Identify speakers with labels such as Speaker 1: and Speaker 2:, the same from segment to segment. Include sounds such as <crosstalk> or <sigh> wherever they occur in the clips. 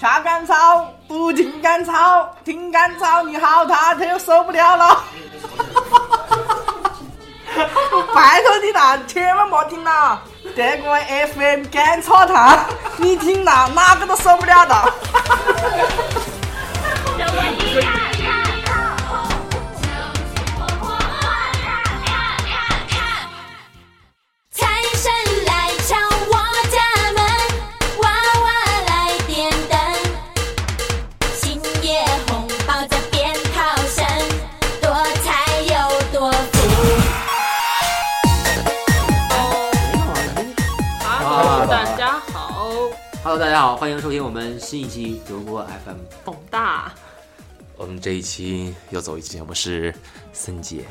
Speaker 1: 查干草，不停干草，停干草，你好他他又受不了了。拜托你啦，千万莫听啦，这个 FM 干草堂，你听啦，哪个都受不了的。
Speaker 2: 财神来敲我家门，娃娃来点灯，新年红包在鞭炮声，多财又多福。
Speaker 3: Hello，大家好，
Speaker 4: Hello，大家好，欢迎收听我们新一期德国 FM。
Speaker 3: 董大，
Speaker 5: 我们这一期又走一期节目是森姐，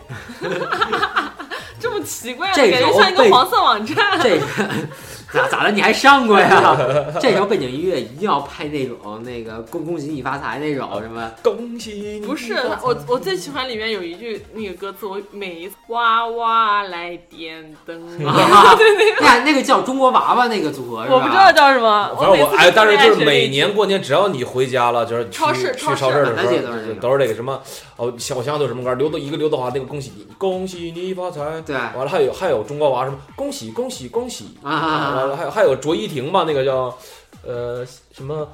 Speaker 3: 这么奇怪的
Speaker 4: 这
Speaker 3: 感觉
Speaker 4: 首
Speaker 3: 像一个
Speaker 4: 被
Speaker 3: 黄色网站。
Speaker 4: 这个 <laughs> 咋咋的？你还上过呀？ <laughs> 这时候背景音乐一定要配那种那个恭恭喜你发财那
Speaker 5: 哦
Speaker 4: 种什
Speaker 3: <laughs>
Speaker 4: 么？
Speaker 5: 恭喜你
Speaker 3: 不是我，我最喜欢里面有一句那个歌词，我每一次哇哇来点灯，
Speaker 4: 啊、那那个叫中国娃娃那个组合是吧？
Speaker 3: 我不知道叫什么。
Speaker 6: 反正
Speaker 3: 每
Speaker 6: 我
Speaker 3: 次
Speaker 6: 哎，
Speaker 3: 特
Speaker 6: 但是
Speaker 3: 别爱
Speaker 6: 就是
Speaker 3: 学
Speaker 6: 每
Speaker 3: 这
Speaker 6: 年过年，只要你回家了，就是去
Speaker 3: 超市
Speaker 6: 去
Speaker 3: 超
Speaker 6: 超
Speaker 3: 市
Speaker 6: 市的
Speaker 4: 本来
Speaker 6: 时
Speaker 4: 节奏是这
Speaker 6: 候，
Speaker 4: 个
Speaker 6: 都是这个什么哦，想我想想都有什么歌，刘德一个刘德华那个恭喜你，恭喜你发财，
Speaker 4: 对啊
Speaker 6: 完了还有还有中国娃什么恭喜恭喜恭喜，完
Speaker 4: 啊
Speaker 6: 了还有还有卓依婷吧，那个叫呃什么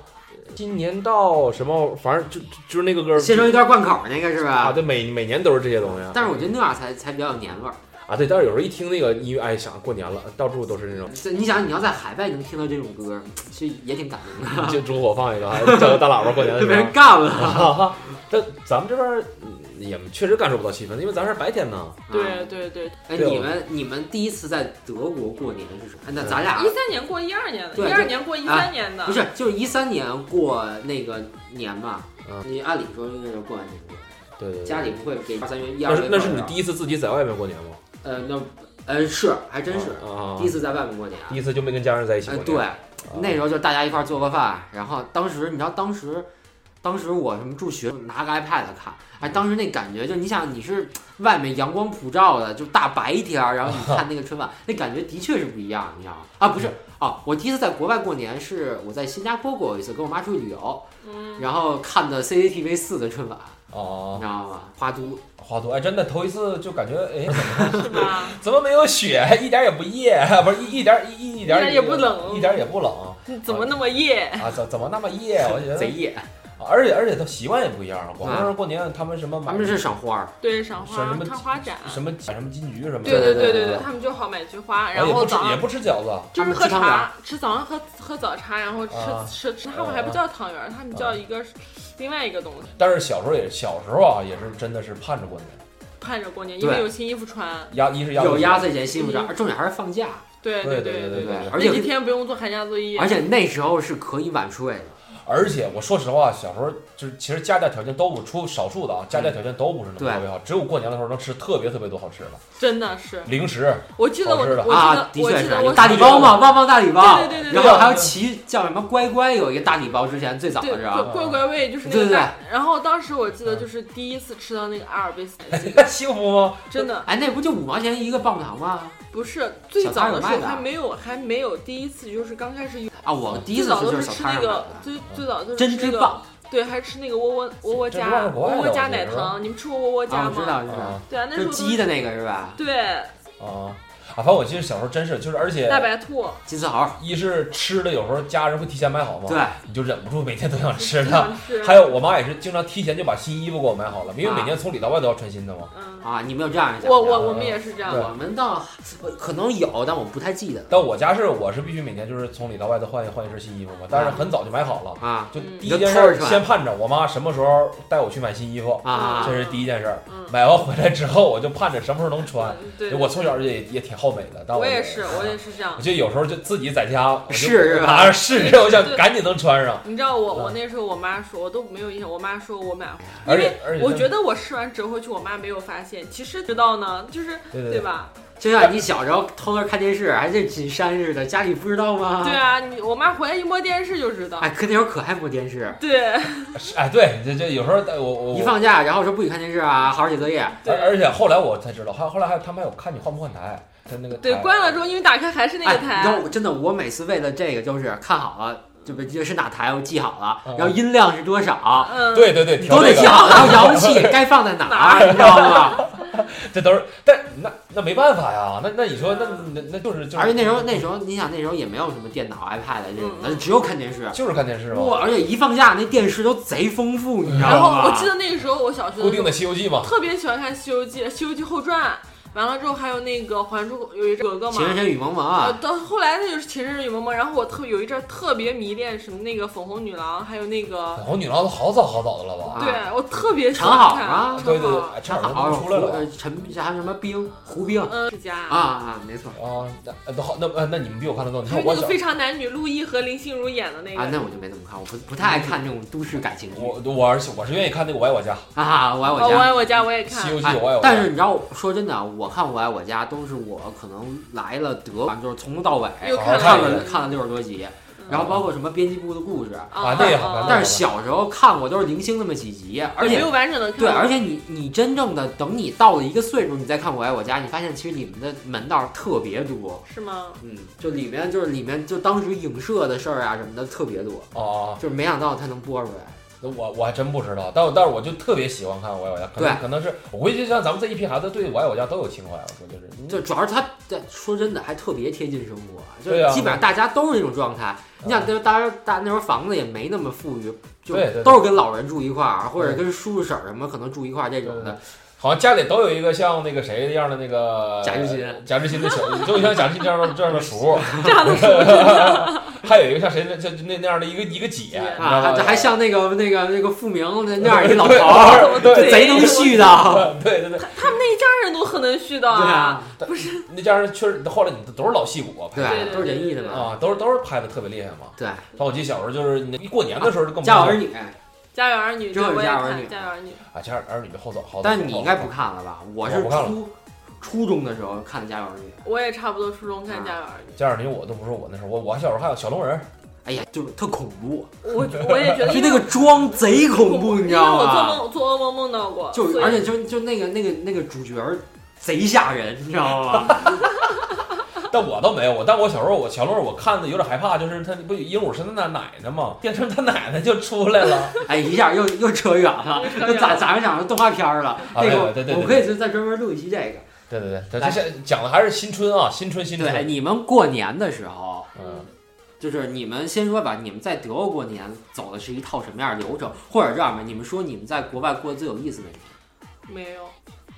Speaker 6: 新年到什么，反正就就就是那个歌
Speaker 4: 先说一段贯口那个是
Speaker 6: 啊，
Speaker 4: 吧？
Speaker 6: 对，每每年都是这些东西
Speaker 4: 但是我觉得那样才才比较有年味儿。
Speaker 6: 啊，对，但是有时候一听那个音乐，哎，想过年了，到处都是那种，
Speaker 4: 这你想，你要在海外能听到这种歌，其实也挺感动的。
Speaker 6: <laughs> 就烛火放一个，还叫个大喇叭过年的
Speaker 4: 就
Speaker 6: 时
Speaker 4: 被
Speaker 6: 候
Speaker 4: 人。干了，
Speaker 6: 啊，但咱们这边儿嗯也确实感受不到气氛，因为咱是白天呢。
Speaker 3: 对啊对对，
Speaker 4: 哎，
Speaker 6: 对啊
Speaker 4: 你们你们第一次在德国过年是什么？哎
Speaker 6: 嗯
Speaker 4: 那咱俩
Speaker 3: 一三年过一二年的，
Speaker 4: 对
Speaker 3: 一二年过一三年的，
Speaker 4: 不是就是一三年过那个年嘛？
Speaker 6: 嗯
Speaker 4: 你按理说应该是过完年过，
Speaker 6: 对对对。
Speaker 4: 家里不会给二三月一二月
Speaker 6: 那是
Speaker 4: 份
Speaker 6: 那是你
Speaker 4: 吧
Speaker 6: 第一次自己在外面过年吗？
Speaker 4: 呃那呃是还真是、
Speaker 6: 啊，啊
Speaker 4: 第一次在外面过年，
Speaker 6: 第一次就没跟家人在一起
Speaker 4: 呃
Speaker 6: 过年。啊
Speaker 4: 对，那时候就大家一块儿做个饭，然后当时你知道当时。当时我什么助学，拿个 iPad 看，哎，当时那感觉就你想你是外面阳光普照的，就大白天儿，然后你看那个春晚，那感觉的确是不一样，你知道吗？啊，不是哦，我第一次在国外过年是我在新加坡过一次，跟我妈出去旅游，
Speaker 3: 嗯，
Speaker 4: 然后看的 CCTV 四的春晚，你
Speaker 6: 哦，
Speaker 4: 知道吗？花都
Speaker 6: 花都哎，真的头一次就感觉哎，怎么
Speaker 3: 是吧？
Speaker 6: 怎么没有雪， <laughs> 一点儿也不夜，不是一一点儿一一点
Speaker 3: 一点儿
Speaker 6: 儿
Speaker 3: 也不冷
Speaker 6: 一点儿也不冷
Speaker 3: 你怎么那么夜？
Speaker 6: 啊？怎怎么那么
Speaker 4: <laughs>
Speaker 6: 夜？我觉得
Speaker 4: 贼夜，
Speaker 6: 啊而且而且他习惯也不一样。广东人过年他们什么买
Speaker 4: 他们是赏花儿，
Speaker 3: 对，赏
Speaker 6: 什
Speaker 3: 花
Speaker 6: 么
Speaker 3: 看花展，
Speaker 6: 什么什么金桔什么的，
Speaker 3: 对对
Speaker 4: 对
Speaker 3: 对
Speaker 4: 对
Speaker 3: 对对，他们就好买菊花，
Speaker 6: 然
Speaker 3: 然
Speaker 6: 后也
Speaker 3: 后
Speaker 6: 不吃
Speaker 3: 早
Speaker 6: 也
Speaker 3: 上
Speaker 6: 不吃饺子，
Speaker 3: 就是喝
Speaker 4: 他们吃汤圆儿
Speaker 3: 茶，吃早上喝喝早茶，然后吃、
Speaker 6: 啊
Speaker 3: 吃吃，他们还不叫汤圆儿，他们叫一
Speaker 4: 啊
Speaker 3: 个、另外一个东西，
Speaker 6: 但是小时候也小时候啊，也是真的是盼着过年，
Speaker 3: 盼着过年，
Speaker 4: 对
Speaker 3: 因为有新衣服穿。
Speaker 6: 压一是压
Speaker 4: 有
Speaker 6: 岁
Speaker 4: 压
Speaker 6: 钱
Speaker 4: 岁钱、西服展，重点还是放假，
Speaker 3: 对
Speaker 6: 对
Speaker 3: 对
Speaker 6: 对
Speaker 4: 对不对？
Speaker 6: 对
Speaker 3: 那
Speaker 4: 而
Speaker 3: 几
Speaker 4: 且
Speaker 3: 天不用做寒假作业，
Speaker 4: 而且那时候是可以晚睡的，
Speaker 6: 而且我说实话，小时候就是其实家家条件都不出少数的啊，家家条件都不是那么特别
Speaker 4: 嗯
Speaker 6: 好，只有过年的时候能吃特别特别多好吃的
Speaker 3: 真的是，
Speaker 6: 零食， <laughs>
Speaker 3: 我记得我
Speaker 6: 好吃的
Speaker 3: 我
Speaker 4: 啊，
Speaker 3: 记
Speaker 4: 的
Speaker 3: 得我
Speaker 4: 确
Speaker 3: 记
Speaker 4: 是
Speaker 3: 得
Speaker 4: 有
Speaker 3: 我
Speaker 4: 大礼包嘛，旺旺大礼包，
Speaker 3: 对对对对
Speaker 4: 然后还有骑叫什么乖乖，有一个大礼包，之前最早的
Speaker 3: 对，
Speaker 4: 是吧？啊
Speaker 3: 就怪怪味就是那
Speaker 4: 对
Speaker 3: 个
Speaker 4: 对嗯
Speaker 3: 蛋。然后当时我记得就是第一次吃到那个阿尔卑斯坦鸡，
Speaker 6: 幸福吗？
Speaker 3: 真
Speaker 4: <laughs>
Speaker 3: 的
Speaker 4: 哎，那不就五毛钱一个棒棒糖吗？
Speaker 3: 不是最
Speaker 4: 小摊
Speaker 3: 早
Speaker 4: 儿有
Speaker 3: 的时
Speaker 4: 卖
Speaker 3: 候
Speaker 4: 的
Speaker 3: 还没有还没有第一次就是刚开始有，
Speaker 4: 啊，我第一
Speaker 3: 最
Speaker 4: 次
Speaker 3: 早
Speaker 4: 吃
Speaker 3: 都
Speaker 4: 就是小
Speaker 3: 吃
Speaker 4: 摊
Speaker 3: 那
Speaker 4: 儿
Speaker 3: 个
Speaker 4: 买的，
Speaker 3: 最最早就是
Speaker 4: 真
Speaker 3: 吃那
Speaker 4: 之
Speaker 3: 个
Speaker 4: 棒！
Speaker 3: 对，还吃那个窝窝窝窝
Speaker 6: 这不知道
Speaker 3: 家
Speaker 6: 是国
Speaker 3: 窝
Speaker 6: 外的
Speaker 3: 窝家
Speaker 6: 我觉
Speaker 3: 奶
Speaker 6: 得
Speaker 3: 糖，你们吃过窝窝
Speaker 4: 啊，
Speaker 3: 家
Speaker 4: 我知
Speaker 3: 吗？
Speaker 4: 道，知道
Speaker 6: 啊，
Speaker 3: 对啊，那时
Speaker 4: 就是
Speaker 3: 候都
Speaker 4: 鸡的那个是吧？
Speaker 3: 对
Speaker 6: 啊啊！反正我记得小时候真是，就是而且
Speaker 3: 大白兔，
Speaker 4: 金丝猴，
Speaker 6: 一是吃的有时候家人会提前买好嘛，
Speaker 4: 对，
Speaker 6: 你就忍不住每天都想吃
Speaker 3: 经
Speaker 6: 的。
Speaker 3: 常吃
Speaker 6: 还有我妈也是经常提前就把新衣服给我买好了，因为
Speaker 4: 啊
Speaker 6: 每年从里到外都要穿新的嘛。
Speaker 3: 嗯，
Speaker 4: 啊，你们有这样的家
Speaker 3: 我
Speaker 4: 庭
Speaker 3: 我
Speaker 6: 嗯
Speaker 4: 啊
Speaker 3: 我们也是这样，
Speaker 4: 我们倒可能有，但我不太记得了
Speaker 6: 但我家是我是必须每年就是从里到外都换一换一身新衣服嘛，但是很早就买好了。
Speaker 4: 啊
Speaker 6: 就
Speaker 3: 嗯
Speaker 6: 第一件
Speaker 4: 你就
Speaker 6: 事
Speaker 4: 偷着
Speaker 6: 儿
Speaker 4: 穿
Speaker 6: 先盼着我妈什么时候带我去买新衣服，
Speaker 4: 啊
Speaker 6: 这是第一件事儿。
Speaker 3: 嗯
Speaker 6: 买完回来之后，我就盼着什么时候能穿。
Speaker 3: 嗯对，
Speaker 6: 我从小也也挺好美的，但
Speaker 3: 我
Speaker 6: 啊我
Speaker 3: 也是，我也。是这样
Speaker 6: 我。就有时候就自己在家我就
Speaker 4: 试是吧
Speaker 6: 拿着试试，我想
Speaker 3: 对
Speaker 6: 赶紧能穿上。
Speaker 3: 你知道我
Speaker 6: 嗯
Speaker 3: 我那时候我妈说，我都没有印象，我妈说我买，因
Speaker 6: 而
Speaker 3: 为
Speaker 6: 且而且
Speaker 3: 我
Speaker 6: 真
Speaker 3: 觉得我试完折回去，我妈没有发现，其实知道呢，就是
Speaker 6: 对对
Speaker 3: 对吧？
Speaker 4: 就像你小时候偷着看电视，还是金山似的，家里不知道吗？
Speaker 3: 对啊，你我妈回来一摸电视就知道
Speaker 4: 哎，，可那时候可爱播电视，
Speaker 3: 对
Speaker 6: 是哎，对，这这有时候我我
Speaker 4: 一
Speaker 6: 我
Speaker 4: 放假然后说不许看电视啊，好好写作业。
Speaker 6: 而
Speaker 3: 对
Speaker 6: 而且后来我才知道，还后来还他们还有看你换不换台，他那个
Speaker 3: 对，
Speaker 6: 台
Speaker 3: 关了之后，因为打开还是那个
Speaker 4: 哎，你知道
Speaker 3: 台，
Speaker 4: 我真的，我每次为了这个就是看好了。就把这是哪台我记好了
Speaker 6: 嗯，
Speaker 4: 然后音量是多少，
Speaker 3: 嗯，
Speaker 6: 对对对，
Speaker 4: 你
Speaker 6: 调
Speaker 4: 都
Speaker 6: 这
Speaker 4: 得记
Speaker 6: 个，
Speaker 4: 好，
Speaker 6: <laughs>
Speaker 4: 然后遥器该放在哪儿，你知道吗？
Speaker 6: 这都是，但那那没办法呀，那那你说那那那就是就
Speaker 4: <laughs>
Speaker 6: 是，
Speaker 4: 而且那时候那时候你想那时候也没有什么电脑、iPad 啊这种的，
Speaker 3: 嗯
Speaker 4: 只有看电视。
Speaker 6: 就是看电视
Speaker 4: 不，
Speaker 6: 嘛，
Speaker 4: 而且一放假那电视都贼丰富，你知
Speaker 3: 然
Speaker 4: 道
Speaker 3: 后
Speaker 4: 吗？
Speaker 3: 我记得那个时候我小学的
Speaker 6: 固
Speaker 3: 时
Speaker 6: 定
Speaker 3: 候
Speaker 6: 的《西游记》嘛，
Speaker 3: 特别喜欢看《西游记》《西游记后传》，完了之后还有那个《还珠》，有一阵格格嘛
Speaker 4: 情。深深雨蒙蒙
Speaker 3: 呃，
Speaker 4: 啊，
Speaker 3: 到后来那就是《情深深雨蒙蒙》，然后我特有一阵儿特别迷恋什么那个粉红女郎，还有那个，
Speaker 6: 粉红女郎都好早好早的了吧？
Speaker 4: 啊
Speaker 3: 对我特别喜
Speaker 4: 长
Speaker 3: 欢
Speaker 4: 好
Speaker 3: 看
Speaker 4: 啊
Speaker 3: 长
Speaker 6: 对对对
Speaker 3: 好，
Speaker 6: 哎差点
Speaker 4: 好
Speaker 6: 都出来了吧
Speaker 4: 呃陈还有什么冰胡冰啊
Speaker 3: 嗯，世嘉啊
Speaker 4: 啊，没错
Speaker 6: 啊，那呃都好，那呃那你们比我看的多，你
Speaker 3: 还有
Speaker 6: 看
Speaker 3: 那
Speaker 6: 我
Speaker 3: 个
Speaker 6: 小
Speaker 3: 非常男女，陆毅和林心如演的那个。
Speaker 4: 啊，那我就没怎么看，我不不太爱看这种都市感情剧
Speaker 6: 我我而且我是愿意看那个《我爱我家
Speaker 4: 啊，我爱
Speaker 3: 哦
Speaker 4: 我
Speaker 3: 我
Speaker 4: 家。
Speaker 3: 爱我家我也》
Speaker 6: 《西
Speaker 3: 看，
Speaker 6: 游记
Speaker 4: 哎》，
Speaker 6: 我爱我家。
Speaker 4: 但是你知道，说真的，我看《我爱我家》都是我可能来了德国，就是从头到尾
Speaker 3: 又
Speaker 6: 看了
Speaker 4: 哦看
Speaker 6: 一
Speaker 4: 了
Speaker 6: 遍
Speaker 4: 看了六十多集，然后包括什么编辑部的故事，
Speaker 3: 哦
Speaker 6: 啊那也好看那也好看
Speaker 4: 但是小时候看过都是零星那么几集，而
Speaker 3: 也没
Speaker 4: 且
Speaker 3: 有完整的看，
Speaker 4: 对，而且你你真正的等你到了一个岁数，你再看《我爱我家》，你发现其实里面的门道特别多，
Speaker 3: 是吗？
Speaker 4: 嗯，就里面就是里面就当时影射的事儿啊什么的特别多，
Speaker 6: 哦，
Speaker 4: 就是没想到他能播出来。
Speaker 6: 那我我还真不知道，但我但是我就特别喜欢看《我爱我家》，可能
Speaker 4: 对
Speaker 6: 可能是我估计就像咱们这一批孩子对《我爱我家》都有情怀，我说就是，嗯
Speaker 4: 就主要是他在说真的还特别贴近生活，就
Speaker 6: 对啊啊
Speaker 4: 是基本上大家都是那种状态。你想，就是当时大那时候房子也没那么富裕，就
Speaker 6: 对对对
Speaker 4: 都是跟老人住一块儿，或者跟叔叔婶儿什么可能住一块儿这种的。啊
Speaker 6: 好像家里都有一个像那个谁一样的那个
Speaker 4: 贾志新，
Speaker 6: 贾志新的小，都有像贾志新这样的这样的叔，
Speaker 3: <laughs> 这样的是
Speaker 6: 还有一个像谁那像那那样的一个一个姐，你知道
Speaker 4: 啊，
Speaker 6: 吧
Speaker 4: 还还像那个那个那个富明那那样一
Speaker 6: <laughs>
Speaker 4: 老头儿，
Speaker 6: 对对
Speaker 4: 这贼能絮叨。
Speaker 6: <laughs> 对对对，
Speaker 3: 他们那一家人都很能絮叨
Speaker 4: 对啊，
Speaker 6: 不是那家人确实，后来你都是老戏骨啊拍
Speaker 4: 对
Speaker 6: 的
Speaker 4: 啊
Speaker 3: 对对，
Speaker 4: 都是仁义的嘛。
Speaker 6: 啊，都是都是拍的特别厉害嘛。
Speaker 4: 对，
Speaker 6: 但我记得小时候就是你一过年的时候就更不
Speaker 4: 家有
Speaker 6: 看
Speaker 4: 儿女，
Speaker 3: 家有儿女，
Speaker 4: 真有
Speaker 3: 对我也
Speaker 4: 家有
Speaker 3: 看
Speaker 4: 儿女
Speaker 3: 家有儿女，
Speaker 6: 啊，家有儿女好早好早。
Speaker 4: 但你应该不看了吧？我是
Speaker 6: 我不看了
Speaker 4: 初初中的时候看的家有儿女，
Speaker 3: 我也差不多初
Speaker 4: 啊
Speaker 3: 中看家有儿女，
Speaker 6: 家有儿女，我都不是我那时候，我我小时候还有小龙人儿，
Speaker 4: 哎呀，就是特恐怖，
Speaker 3: 我我也觉得
Speaker 4: 就
Speaker 3: 因
Speaker 4: 那
Speaker 3: 为
Speaker 4: 个妆贼恐怖，你知道
Speaker 3: 因为我
Speaker 4: 吗
Speaker 3: 做？梦做噩梦梦到过，
Speaker 4: 就
Speaker 3: 所以
Speaker 4: 而且就就那个那个那个主角儿贼吓人，你知道
Speaker 6: 哦
Speaker 4: 吗？
Speaker 6: 但我倒没有。我但我小时候我小龙人我看的有点害怕，就是他不有鹦鹉是他奶奶吗？变成他奶奶就出来了。
Speaker 4: <laughs> 哎，一下又又扯远了
Speaker 3: 又扯，远
Speaker 4: 又咋
Speaker 3: 了
Speaker 4: 咋着讲成动画片儿了？
Speaker 6: 啊
Speaker 4: 那个
Speaker 6: 对对对对
Speaker 4: 我们可以就再专门录一期这个。
Speaker 6: <laughs> 对对对，这
Speaker 4: 来
Speaker 6: 这是讲的还是新春啊，新春新
Speaker 4: 对，哎
Speaker 6: 春。
Speaker 4: 你们过年的时候，
Speaker 6: 嗯，
Speaker 4: 就是你们先说吧，你们在德国过年走的是一套什么样的流程？或者这样吧，你们说你们在国外过得最有意思的一天，
Speaker 3: 没有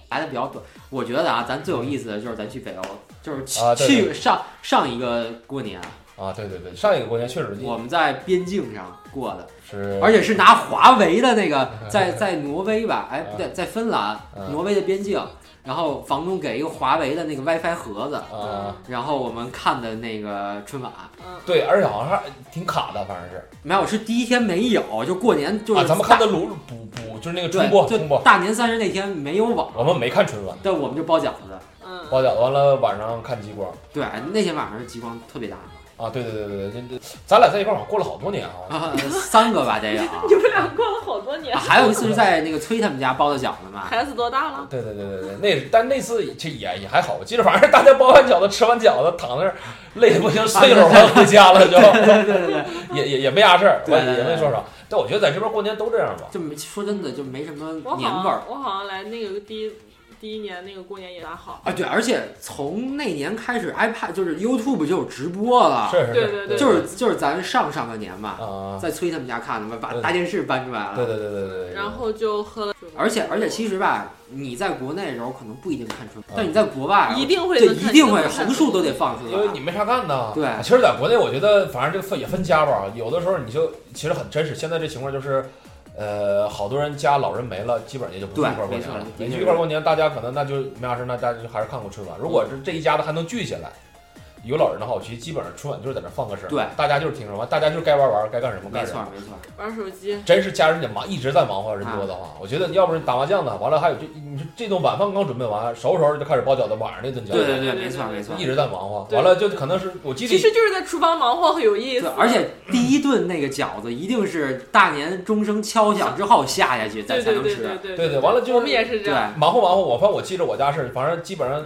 Speaker 4: 来的比较短。我觉得啊，咱最有意思的就是咱去北欧，就是去、
Speaker 6: 啊对对
Speaker 4: 去上上一个过年，
Speaker 6: 啊，对对对，上一个过年确实
Speaker 4: 我们在边境上过的。
Speaker 6: 是，
Speaker 4: 而且是拿华为的那
Speaker 6: <laughs>
Speaker 4: 个，在在挪威吧，哎，
Speaker 6: 嗯
Speaker 4: 不对，在芬兰
Speaker 6: 嗯，
Speaker 4: 挪威的边境，然后房东给一个华为的那个 WiFi 盒子，
Speaker 6: 啊，
Speaker 4: 然后我们看的那个春晚，
Speaker 3: 嗯，
Speaker 6: 对，而且好像还挺卡的，反正是
Speaker 4: 没有，是第一天没有，就过年就是
Speaker 6: 啊，咱们看
Speaker 4: 大
Speaker 6: 的鲁补补就是那个
Speaker 4: 对
Speaker 6: 春播
Speaker 4: 就
Speaker 6: 春播，
Speaker 4: 大年三十那天没有网，
Speaker 6: 我们没看春晚，
Speaker 4: 但我们就包饺子，
Speaker 3: 嗯
Speaker 6: 包饺子完了晚上看极光。
Speaker 4: 对，那天晚上是极光特别
Speaker 6: <laughs>
Speaker 4: 大，
Speaker 6: 啊，对对对对对，这这咱俩在一块儿好像过了好多年啊。
Speaker 4: 啊三个吧得
Speaker 6: <laughs>
Speaker 4: 有，
Speaker 3: <laughs> 你们俩过了好多年
Speaker 4: 啊，还有一次是在那个崔他们家包的饺子
Speaker 6: <laughs>
Speaker 4: 嘛，
Speaker 3: 孩子多大了？
Speaker 6: 对对对对对，那但那次这也也还好，我记得反正大家包完饺子吃完饺子躺那儿累得不行，睡一会儿完回家了就，
Speaker 4: 对对对对，
Speaker 6: 也也也没啥事儿，我
Speaker 4: 对对
Speaker 6: 也
Speaker 4: 对
Speaker 6: 没说啥。但我觉得在这边过年都这样吧。
Speaker 4: 就没说真的就没什么
Speaker 3: 我好啊
Speaker 4: 年味儿
Speaker 3: 像。我好像来那个第一第一年那个过年也还好，
Speaker 4: 啊，对，而且从那年开始，iPad 就是 YouTube 就有直播了，
Speaker 6: 是是
Speaker 3: 对
Speaker 6: 是，
Speaker 3: 对对
Speaker 4: 就是就是咱上上个年嘛，
Speaker 6: 啊，
Speaker 4: 在崔他们家看的嘛，把
Speaker 6: 对
Speaker 4: 大电视搬出来了。
Speaker 6: 对对对对对对。
Speaker 3: 然后就喝了酒，
Speaker 4: 而且而且其实吧，你在国内的时候可能不一定看
Speaker 6: 嗯
Speaker 4: 春晚，但你在国外啊
Speaker 3: 一定会
Speaker 4: 对
Speaker 3: 能看
Speaker 4: 一定会
Speaker 3: 能看
Speaker 4: 横竖都得放出
Speaker 6: 因为
Speaker 4: 来
Speaker 6: 你。没啥干呢。
Speaker 4: 对
Speaker 6: 其实在国内，我觉得反正这个分也分家吧，有的时候你就其实很真实。现在这情况就是。呃，好多人家老人没了，基本上也就不聚
Speaker 4: 对
Speaker 6: 一块儿过年了
Speaker 4: 没错。
Speaker 6: 没
Speaker 4: 的确
Speaker 6: 聚一块儿过年，大家可能那就没啥事，那大家就还是看过春晚。如果是这一家子还能聚起来，有老人的话，我其实基本上春晚就是在那放个声，
Speaker 4: 对，
Speaker 6: 大家就是听什么，大家就是该玩玩，该干什么
Speaker 4: 没
Speaker 6: 干什
Speaker 4: 错
Speaker 6: 么。
Speaker 4: 没错，
Speaker 3: 玩手机，
Speaker 6: 真是家人得忙，一直在忙活，人多的话，我觉得要不然打麻将呢，完了还有这你说这顿晚饭刚准备完，收拾收拾就开始包饺子，晚上那顿饺子，
Speaker 4: 对对
Speaker 3: 对
Speaker 4: 没错
Speaker 3: 对
Speaker 4: 没错
Speaker 6: 一。直在忙活，
Speaker 3: 对
Speaker 6: 完了就可能是我记得
Speaker 3: 其实就是在厨房忙活，很有意
Speaker 4: 对
Speaker 3: 思，，
Speaker 4: 而且第一顿那个饺子一定是大年钟声敲响之后下下去，再
Speaker 3: 对
Speaker 4: 才
Speaker 3: 对
Speaker 4: 能
Speaker 3: 对对
Speaker 4: 吃。
Speaker 3: 对
Speaker 6: 对对，完了
Speaker 3: 我
Speaker 6: 就是
Speaker 3: 们也是这
Speaker 4: 对
Speaker 3: 样，
Speaker 6: 忙活忙活，我反正我记着我家是，反正基本上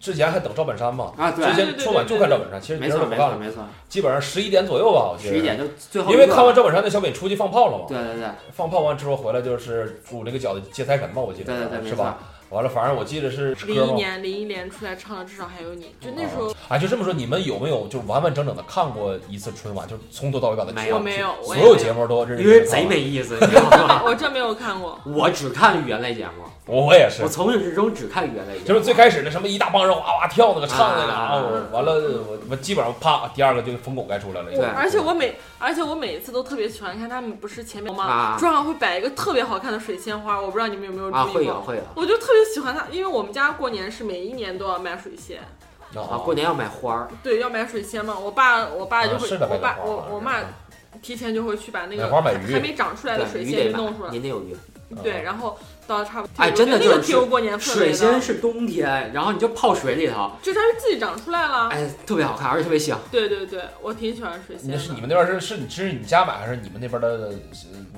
Speaker 6: 之前还等赵本山嘛，
Speaker 4: 啊，
Speaker 6: 之
Speaker 4: 对，
Speaker 3: 对对
Speaker 6: 前
Speaker 3: 对
Speaker 6: 春晚就看赵本山，其实
Speaker 4: 没
Speaker 6: 别人
Speaker 4: 错
Speaker 6: 都不
Speaker 4: 没
Speaker 6: 看
Speaker 4: 错
Speaker 6: 了，
Speaker 4: 没错，
Speaker 6: 基本上十一点左右吧，我觉得
Speaker 4: 十一点就最后一
Speaker 6: 因
Speaker 4: 个，
Speaker 6: 为看完赵本山那小品出去放炮了嘛，
Speaker 4: 对对对
Speaker 6: 放炮完之后回来就是煮那个饺子接财神嘛，我记得
Speaker 4: 对对对，没
Speaker 6: 是
Speaker 4: 错
Speaker 6: 吧？，完了，反正我记得是
Speaker 3: 零
Speaker 6: 歌
Speaker 3: 一
Speaker 6: 嘛。
Speaker 3: 年，零一年出来唱的至少还有你，就那时
Speaker 4: 哦
Speaker 3: 候
Speaker 6: 啊，就这么说，你们有没有就完完整整的看过一次春晚？就从头到尾把它
Speaker 4: 没
Speaker 6: 全
Speaker 4: 有
Speaker 3: 我没有，我
Speaker 6: 所
Speaker 3: 也
Speaker 6: 有
Speaker 3: 没
Speaker 6: 节目都认
Speaker 4: 因
Speaker 6: 真地
Speaker 4: 为
Speaker 6: 看
Speaker 4: 贼
Speaker 6: 完
Speaker 4: 没意思，你知道
Speaker 6: <laughs>
Speaker 4: 吗？
Speaker 3: 我真没有看过。
Speaker 4: 我只看语言类节目，
Speaker 6: 我我也是
Speaker 4: 我，从始至终只看语言类节目，
Speaker 6: 就是最开始那什么一大帮人哇哇跳那个唱那个
Speaker 4: 啊
Speaker 6: 啊，我完了我我基本上啪，第二个就疯狗该出来了。
Speaker 4: 对
Speaker 3: 而且我每而且我每一次都特别喜欢看他们，不是前面
Speaker 4: 啊
Speaker 3: 吗？桌上会摆一个特别好看的水仙花，我不知道你们有没有
Speaker 4: 啊
Speaker 3: 注
Speaker 4: 会
Speaker 3: 意
Speaker 4: 有
Speaker 3: 过。
Speaker 4: 会有
Speaker 3: 我就特别喜欢它，因为我们家过年是每一年都要买水仙，
Speaker 4: 啊，
Speaker 6: 啊
Speaker 4: 过年要买花儿，
Speaker 3: 对，要买水仙嘛。我爸我爸就
Speaker 6: 啊
Speaker 3: 会，
Speaker 6: 是的
Speaker 3: 我爸
Speaker 6: 买点花
Speaker 3: 我我妈提前就会去把那个
Speaker 6: 买花买
Speaker 3: 还
Speaker 6: 鱼
Speaker 3: 还没长出来的
Speaker 4: 对，
Speaker 3: 水
Speaker 4: 鱼
Speaker 3: 仙
Speaker 4: 得
Speaker 3: 给弄出
Speaker 4: 买，
Speaker 3: 来，
Speaker 4: 您得有鱼。
Speaker 3: 对，然后到差不多，
Speaker 4: 哎
Speaker 3: 我
Speaker 4: 真的
Speaker 3: 觉得那
Speaker 4: 就
Speaker 3: 个
Speaker 4: 是
Speaker 3: 挺有过年氛围
Speaker 4: 水仙
Speaker 3: 的，啊
Speaker 4: 是冬天，然后你就泡水里头，
Speaker 3: 就它是自己长出来了。
Speaker 4: 哎，特别好看，而且特别香。
Speaker 3: 对对对，我挺喜欢水
Speaker 4: 嗯
Speaker 3: 仙
Speaker 6: 那是
Speaker 3: 的
Speaker 6: 你，们那边是是你是你们家买还是你们那边的呃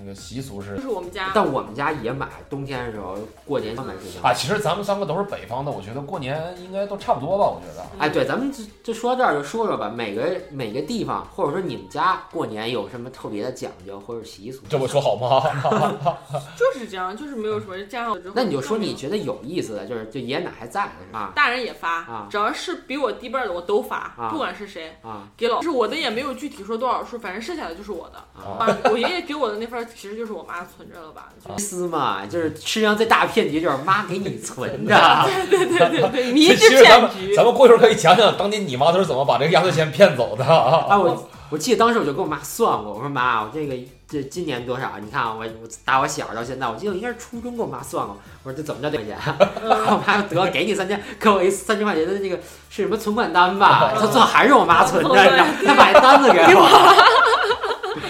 Speaker 6: 那个习俗是
Speaker 3: 就？是我们家。
Speaker 4: 但我们家也买，冬天的时候过年就买水仙。
Speaker 6: 啊，其实咱们三个都是北方的，我觉得过年应该都差不多吧，我觉得。
Speaker 4: 哎，对，咱们就就说到这儿就说说吧，每个每个地方，或者说你们家过年有什么特别的讲究或者习俗？
Speaker 6: 这么说好
Speaker 4: <laughs>
Speaker 6: 吗？
Speaker 3: 就是这样，就是没有什么这样了之后。
Speaker 4: 那你就说
Speaker 3: 证
Speaker 4: 你
Speaker 3: 明
Speaker 4: 觉得有意思的，就是就爷爷奶还在的是吧？
Speaker 3: 大人也发，
Speaker 4: 啊
Speaker 3: 只要是比我低辈儿的我都发，
Speaker 4: 啊
Speaker 3: 不管是谁。
Speaker 4: 啊
Speaker 3: 给老就是我的也没有具体说多少数，反正剩下的就是我的。
Speaker 4: 啊，
Speaker 3: 啊，我爷爷给我的那份儿其实就是我妈存着了
Speaker 4: <laughs>
Speaker 3: 吧？就
Speaker 4: 意思啊嘛，就是世界上最大的骗局就是
Speaker 3: <laughs>
Speaker 4: 妈给你存
Speaker 3: 啊
Speaker 4: 着，
Speaker 3: 对对对，迷
Speaker 6: 其
Speaker 3: 之
Speaker 6: 实咱们
Speaker 3: 骗局。
Speaker 6: 咱们过一会儿可以讲讲当年你妈都是怎么把这个压岁钱骗走的啊。
Speaker 4: 啊，我我记得当时我就跟我妈算过，我说妈，我这个这今年多少？啊你看我我打我小到现在，我记得我应该是初中给我妈算过，我说这怎么着得钱？
Speaker 3: <laughs>
Speaker 4: 我妈说得给你三千，给我一三千块钱的那个是什么存款单吧？
Speaker 3: 哦
Speaker 4: 她最后还是我妈存着，你知道吗，她把那单
Speaker 3: <laughs>
Speaker 4: 子给我，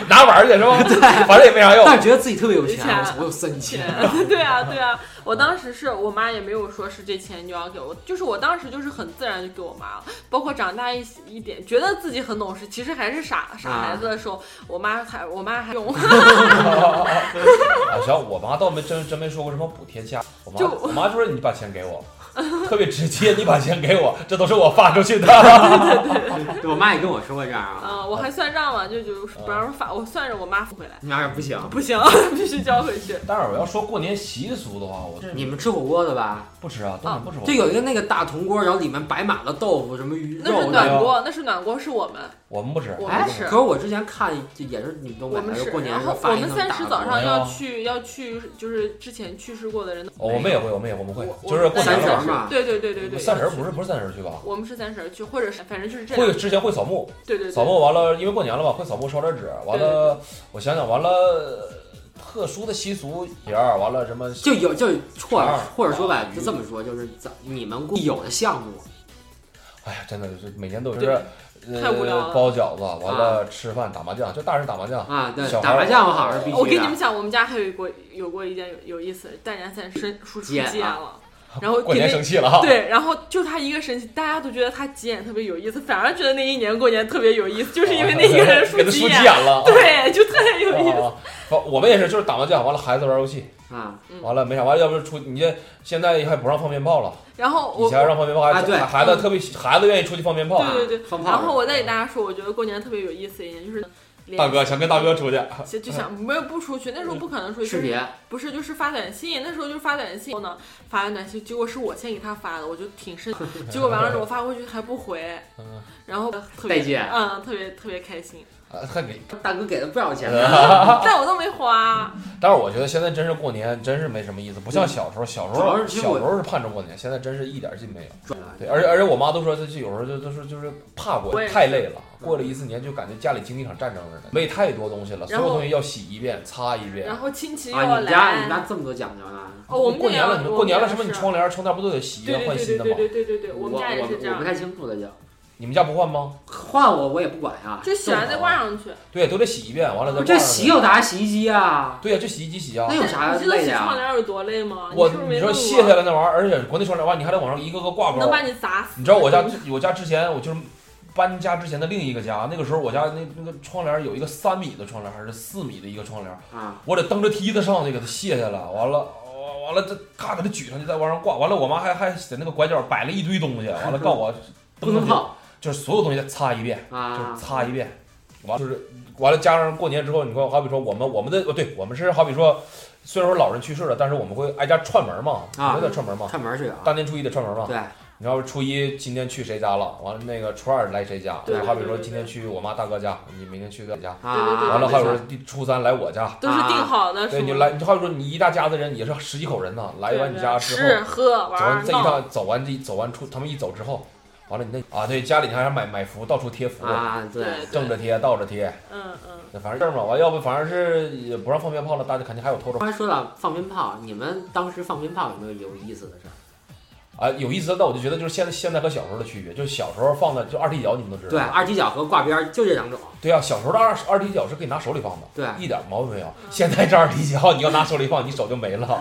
Speaker 6: 拿玩儿去
Speaker 4: <laughs>
Speaker 6: 是吧？反正也没啥用。
Speaker 4: 但是觉得自己特别有钱，
Speaker 3: 有钱
Speaker 4: 我操我有三千，
Speaker 3: <laughs> 对啊，对啊，我当时是我妈也没有说是这钱就要给我，就是我当时就是很自然就给我妈了。包括长大一一点，觉得自己很懂事，其实还是傻傻孩子的时候，我妈还我妈还用， <laughs>
Speaker 6: 好像啊我妈倒没真真没说过什么补贴价，我妈
Speaker 3: 就
Speaker 6: 我妈就是你把钱给我，特别直接，你把钱给我，这都是我发出去的。
Speaker 4: 对我妈也跟我说过这样啊，
Speaker 3: 嗯，我还算账嘛，就就不让返，我算着我妈付回来，
Speaker 4: 你妈说不行，
Speaker 3: 不行， <laughs> 必须交回去。
Speaker 6: <laughs> 但是我要说过年习俗的话，我
Speaker 3: 嗯
Speaker 4: 你们吃火锅的吧？
Speaker 6: 不吃啊，东北不吃
Speaker 4: 就
Speaker 6: 火锅。
Speaker 4: 有一个那个大铜锅，然后里面摆满了豆腐什么鱼
Speaker 3: 那是
Speaker 4: 肉的。
Speaker 3: 暖锅，那是暖锅，是我们，
Speaker 6: 我们不吃，
Speaker 3: 我
Speaker 4: 哎
Speaker 3: 们，是
Speaker 4: 可是我之前看就也是你们东北
Speaker 3: 我们
Speaker 4: 的，
Speaker 3: 是。
Speaker 4: 就过年的
Speaker 3: 然
Speaker 4: 时候
Speaker 3: 后
Speaker 4: 发
Speaker 3: 我
Speaker 4: 一
Speaker 3: 们
Speaker 4: 那么
Speaker 3: 三
Speaker 4: 大
Speaker 3: 十
Speaker 4: 的
Speaker 3: 早
Speaker 4: 锅
Speaker 3: 上
Speaker 6: 没
Speaker 3: 要
Speaker 6: 有啊
Speaker 3: 去要去，就是之前去世过的人的。
Speaker 6: 哦我们也会，我们也会，我们会
Speaker 3: 我，我
Speaker 6: 就是过
Speaker 4: 三
Speaker 6: 年
Speaker 4: 十
Speaker 6: 了
Speaker 4: 儿
Speaker 6: 嘛。
Speaker 4: 嘛，
Speaker 3: 对对对对对，
Speaker 6: 三十
Speaker 3: 要
Speaker 6: 儿
Speaker 3: 去
Speaker 6: 不是不是三十儿去吧？
Speaker 3: 我们是三十而去，或者是反正就是这
Speaker 6: 会
Speaker 3: 样。
Speaker 6: 之前会扫墓，
Speaker 3: 对对
Speaker 6: 扫
Speaker 3: 对，
Speaker 6: 墓完了，因为过年了嘛，会扫墓烧点纸。完了，我想想，完了，特殊的习俗点儿，完了什么
Speaker 4: 就有就或者
Speaker 6: 12
Speaker 4: 或者说吧
Speaker 6: 啊，
Speaker 4: 就这么说，就是咱你们固有的项目，
Speaker 6: 哎呀，真的就是每年都有，就
Speaker 3: 对
Speaker 6: 是
Speaker 3: 太无聊
Speaker 6: 呃
Speaker 3: 了啊
Speaker 6: 包饺子，完了吃饭打麻将，就大人打麻将
Speaker 4: 啊，对
Speaker 6: 小，孩
Speaker 4: 打
Speaker 6: 儿
Speaker 4: 麻将好像是必
Speaker 3: 我跟
Speaker 4: 须
Speaker 3: 你们
Speaker 4: 的。
Speaker 6: 啊
Speaker 3: 讲，我们家还有过有过一件有有意思，大年三十叔叔急
Speaker 4: 急眼
Speaker 3: 眼
Speaker 4: 了
Speaker 3: 了，然后
Speaker 6: 啊过
Speaker 3: 给
Speaker 6: 年
Speaker 3: 那
Speaker 6: 生气了哈。
Speaker 3: 对，然后就他一个神奇，大家都觉得他急眼特别有意思，反而觉得那一年过年特别有意思，就是因
Speaker 6: 哦
Speaker 3: 为那一个人
Speaker 6: <laughs> 给他
Speaker 3: 急
Speaker 6: 输急眼了。
Speaker 3: 对，就特别有意思。
Speaker 6: 啊，不我们也是，就是打麻将，完了孩子玩游戏，
Speaker 4: 啊
Speaker 3: 嗯
Speaker 6: 完了没啥，完了要不就出，你这现在还不让放鞭炮了，
Speaker 3: 然后
Speaker 6: 以
Speaker 3: 我
Speaker 6: 前让放鞭炮，
Speaker 4: 啊
Speaker 6: 还
Speaker 4: 对
Speaker 6: 孩子特别孩子愿意出去放鞭炮。
Speaker 4: 啊
Speaker 3: 对对对
Speaker 4: 放炮
Speaker 3: 然后
Speaker 4: 仗
Speaker 3: 我再给大家说，我觉得过年特别有意思的一点就是联
Speaker 6: 大哥想跟大哥出去，
Speaker 3: 就就想没有不出去，那时候不可能出去，
Speaker 4: 视频
Speaker 3: 不是，就是发短信，那时候就是发短信，然后呢发完短信，结果是我先给他发的，我就挺生气，结果完了之后我发过去还不回
Speaker 6: 嗯，
Speaker 3: 然后特
Speaker 4: 再
Speaker 3: 别
Speaker 4: 见
Speaker 3: 嗯，特别特别开
Speaker 4: <laughs>
Speaker 3: 心，
Speaker 6: 啊还给。
Speaker 4: 大哥给了不少钱呢，
Speaker 3: 但我都没花，
Speaker 4: 嗯
Speaker 6: 但是我觉得现在真是过年，真是没什么意思，不像小时候，小时
Speaker 4: 主
Speaker 6: 候
Speaker 4: 要是其实
Speaker 6: 小
Speaker 4: 我
Speaker 6: 时候是盼着过年，现在真是一点劲没有。
Speaker 4: 赚了
Speaker 6: <laughs> 对，而且而且我妈都说，她就有时候就都是就是怕过
Speaker 3: 我也，是嗯
Speaker 6: 太累了，过了一次年就感觉家里经历一场战争似的，累太多东西了，所
Speaker 3: 然后
Speaker 6: 有东西要洗一遍、擦一遍
Speaker 3: 然。后亲戚又
Speaker 4: 啊！
Speaker 3: 要
Speaker 4: 你们家你们
Speaker 3: 来，
Speaker 4: 家这么多讲究呢？
Speaker 3: 哦，我们
Speaker 6: 过
Speaker 3: 也
Speaker 6: 年
Speaker 3: 要
Speaker 6: 了，你们过年了，什么你窗帘、窗帘不都得洗一
Speaker 3: 对
Speaker 6: 遍
Speaker 3: 对
Speaker 6: 换
Speaker 3: 对
Speaker 6: 新
Speaker 3: 对
Speaker 6: 的
Speaker 3: 对
Speaker 6: 吗？
Speaker 3: 对对对对，
Speaker 4: 我
Speaker 3: 们家也是这
Speaker 4: 我
Speaker 3: 样
Speaker 4: 不，太清楚了就，
Speaker 6: 你们家不换吗？
Speaker 4: 换我我也不管呀。
Speaker 3: 就喜欢再挂上去，
Speaker 6: 对，都得洗一遍，完了
Speaker 3: 哦
Speaker 6: 再
Speaker 4: 这
Speaker 6: 挂上
Speaker 4: 洗
Speaker 6: 去
Speaker 4: 有啥洗衣机啊？
Speaker 6: 对呀，就洗衣机洗啊
Speaker 4: 那。有啥
Speaker 3: 你知道
Speaker 4: 累
Speaker 3: 洗
Speaker 4: 的
Speaker 3: 窗
Speaker 4: 呀？
Speaker 3: 帘有多累吗？
Speaker 6: 我
Speaker 3: 哎你是不是
Speaker 6: 你
Speaker 3: 没
Speaker 6: 说
Speaker 3: 弄
Speaker 6: 卸下
Speaker 3: 过？
Speaker 6: 来那玩意儿，而且国内窗帘吧，你还得往上一个个挂钩
Speaker 3: 能。把你砸死。
Speaker 6: 你知道
Speaker 3: <laughs>
Speaker 6: 我家我家之前我就是搬家之前的另一个家，那个时候我家那那个窗帘有一个三米的窗帘还是四米的一个窗帘，
Speaker 4: 啊，
Speaker 6: 我得蹬着梯子上去给它卸下来，完了，哇完了这咔给它举上去，再往上挂，完了我妈还还在那个拐角摆了一堆东西，完了
Speaker 4: <laughs>
Speaker 6: 告我
Speaker 4: 不能
Speaker 6: 登上
Speaker 4: 碰
Speaker 6: 去，就是所有东西再擦一遍。就是
Speaker 4: 啊，
Speaker 6: 擦一遍，完就是完了，加上过年之后，你看，好比说我们我们的，哦对我们是好比说，虽然说老人去世了，但是我们会挨家串门嘛，
Speaker 4: 啊
Speaker 6: 我们得串门嘛，
Speaker 4: 串门去啊，
Speaker 6: 大年初一得串门嘛。
Speaker 4: 对，
Speaker 6: 你要是初一今天去谁家了，完了那个初二来谁家，
Speaker 3: 对
Speaker 6: 好比说今天去我妈大哥家，你明天去谁家，
Speaker 4: 啊，
Speaker 6: 完了还有说
Speaker 4: 没错
Speaker 6: 第初三来我家，
Speaker 3: 都是定好
Speaker 4: 呃
Speaker 3: 的，
Speaker 6: 啊对
Speaker 3: 是
Speaker 6: 你
Speaker 3: 吗
Speaker 6: 来，你好比说你一大家子人也是十几口人呢，来完你家之后
Speaker 3: 吃，喝
Speaker 6: 走完
Speaker 3: 玩
Speaker 6: 这一
Speaker 3: 闹，
Speaker 6: 趟走完这一走完出他们一走之后，完了你那啊对家里你还要买买符，到处贴符，
Speaker 4: 啊，
Speaker 3: 对
Speaker 4: 对，
Speaker 6: 正着贴倒着贴。
Speaker 3: 嗯嗯，
Speaker 6: 那反正事儿嘛，完要不反正是也不让放鞭炮了，大家肯定还有偷着
Speaker 4: 刚才说到放鞭炮，你们当时放鞭炮有没有有意思的事儿？
Speaker 6: 啊。有意思的，但我就觉得就是现在现在和小时候的区别，就是小时候放的就二踢脚，你们都知道。
Speaker 4: 对，二踢脚和挂鞭儿就这两种，
Speaker 6: 对啊，小时候的二二踢脚是可以拿手里放的，
Speaker 4: 对。
Speaker 6: 一点毛病没有。现在这二踢脚你要拿手里放，你手就
Speaker 4: <laughs>
Speaker 6: 没了，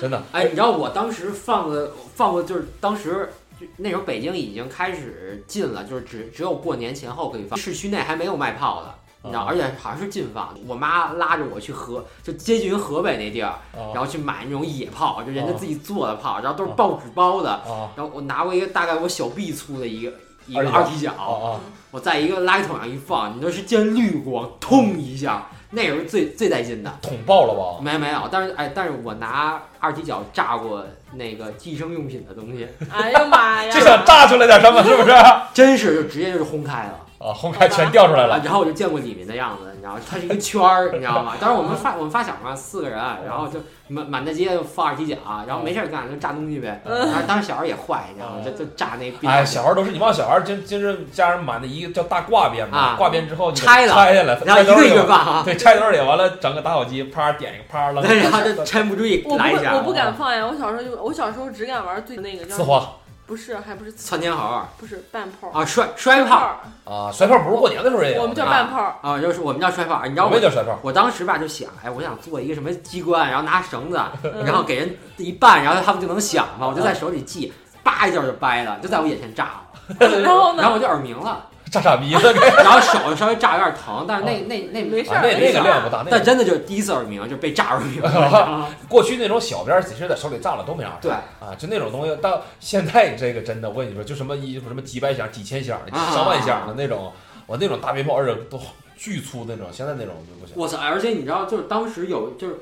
Speaker 6: 真的。
Speaker 4: 哎，你知道我当时放的放过，就是当时就那时候北京已经开始禁了，就是只只有过年前后可以放，市区内还没有卖炮的，你知道，
Speaker 6: 嗯
Speaker 4: 而且好像是禁放。我妈拉着我去河，就接近于河北那地儿，
Speaker 6: 啊
Speaker 4: 然后去买那种野炮，就人家
Speaker 6: 嗯
Speaker 4: 自己做的炮，然后都是报纸包的，
Speaker 6: 啊
Speaker 4: 然后我拿过一个大概我小臂粗的一个。一
Speaker 6: 二
Speaker 4: 个
Speaker 6: 踢脚
Speaker 4: 二踢
Speaker 6: 啊
Speaker 4: 脚，
Speaker 6: 啊！
Speaker 4: 我在一个垃圾桶上一放，你都是见绿光，通一下，那时候最最带劲的。
Speaker 6: 捅爆了
Speaker 3: 哦
Speaker 6: 吧？
Speaker 4: 没没有，但是哎，但是我拿二踢脚炸过那个计生用品的
Speaker 3: <laughs>
Speaker 4: 东西，
Speaker 3: 哎呀妈呀，
Speaker 6: 就想炸出来点什
Speaker 4: <laughs>
Speaker 6: 么，是不是？啊，
Speaker 4: 真是就直接就是轰开了。
Speaker 6: 红开全掉出来
Speaker 4: 啊
Speaker 6: 了。
Speaker 4: 然后我就见过里面的样子，你知道吗，它是一个圈儿，你知道
Speaker 3: <laughs>
Speaker 4: 吗？当时我们发我们发小嘛，四个人，然后就满满大街就放二踢脚，然后没事儿干就炸东西呗。
Speaker 3: 嗯
Speaker 4: 然后当时小孩儿也坏，你知道吗？就
Speaker 3: 哦
Speaker 4: 就炸那避
Speaker 6: 哎，
Speaker 4: 弹
Speaker 6: 小
Speaker 4: 小，
Speaker 6: 孩都是你往小孩真真是家人买的一个叫大挂鞭嘛，
Speaker 4: 啊
Speaker 6: 挂鞭之后你给
Speaker 4: 拆了
Speaker 6: 拆下来，
Speaker 4: 然后一
Speaker 6: 拆兜
Speaker 4: 个
Speaker 6: 里
Speaker 4: 一个
Speaker 6: 吧
Speaker 3: <laughs>
Speaker 4: 放啊，
Speaker 6: 对，拆兜里完了，整个打火机，啪点一个，啪扔
Speaker 4: 对， <laughs> 然后
Speaker 6: 一
Speaker 4: 就
Speaker 6: <laughs> 个。
Speaker 4: 趁不注意
Speaker 3: 我不
Speaker 4: 来一
Speaker 3: 会，我
Speaker 4: 下啊
Speaker 3: 不敢放呀！我小时候就，我小时候只敢玩最那个叫
Speaker 6: 呲花，
Speaker 3: 不是，还不是刺
Speaker 4: 窜天猴儿
Speaker 3: 不是半炮
Speaker 4: 啊，摔摔炮儿
Speaker 3: 炮，
Speaker 6: 啊，甩炮不是过年的时候也有，
Speaker 3: 我们叫
Speaker 4: 啊
Speaker 3: 半炮，
Speaker 4: 啊，就是我们叫摔炮儿，你知道
Speaker 6: 我
Speaker 4: 我
Speaker 6: 们也叫甩炮，
Speaker 4: 我当时吧就想，哎，我想做一个什么机关，然后拿绳子，
Speaker 3: 嗯
Speaker 4: 然后给人一绊，然后他们就能响嘛。我就在手里系，叭一下就掰了，就在我眼前炸了，
Speaker 3: 然后
Speaker 4: 然
Speaker 6: <laughs>
Speaker 3: 呢？
Speaker 4: 后我就耳鸣了，
Speaker 6: 炸傻逼 <laughs> 了，给
Speaker 4: 然后手稍微炸有点疼，但是那那那
Speaker 3: 没事
Speaker 6: 啊
Speaker 3: 儿，
Speaker 6: 那那
Speaker 3: 没事
Speaker 6: 个
Speaker 3: 儿
Speaker 6: 量不大，那
Speaker 4: 但
Speaker 6: 个
Speaker 4: 真的就是第一次耳鸣，就被炸耳鸣了。
Speaker 6: <laughs> 过去那种小鞭儿，只是在手里炸了都没啥事
Speaker 4: 对
Speaker 6: 儿，啊，就那种东西，到现在这个真的，我跟你说，就什么一什么几百响、几千响、
Speaker 4: 啊
Speaker 6: 上万响的那种，我那种大鞭炮，而且都巨粗那种，现在那种就不行。
Speaker 4: 我操！而且你知道，就是当时有就是。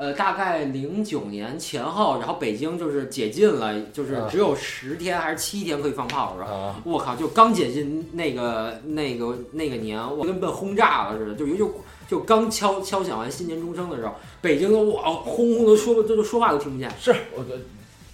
Speaker 4: 呃，大概零九年前后，然后北京就是解禁了，就是
Speaker 6: 嗯
Speaker 4: 只有十天还是七天可以放炮，是吧？
Speaker 6: 啊，
Speaker 4: 我靠，就刚解禁那个那个那个年，我跟被轰炸了似的，就尤就就刚敲敲响完新年钟声的时候，北京都哇轰轰的说，这就说话都听不见。
Speaker 6: 是我我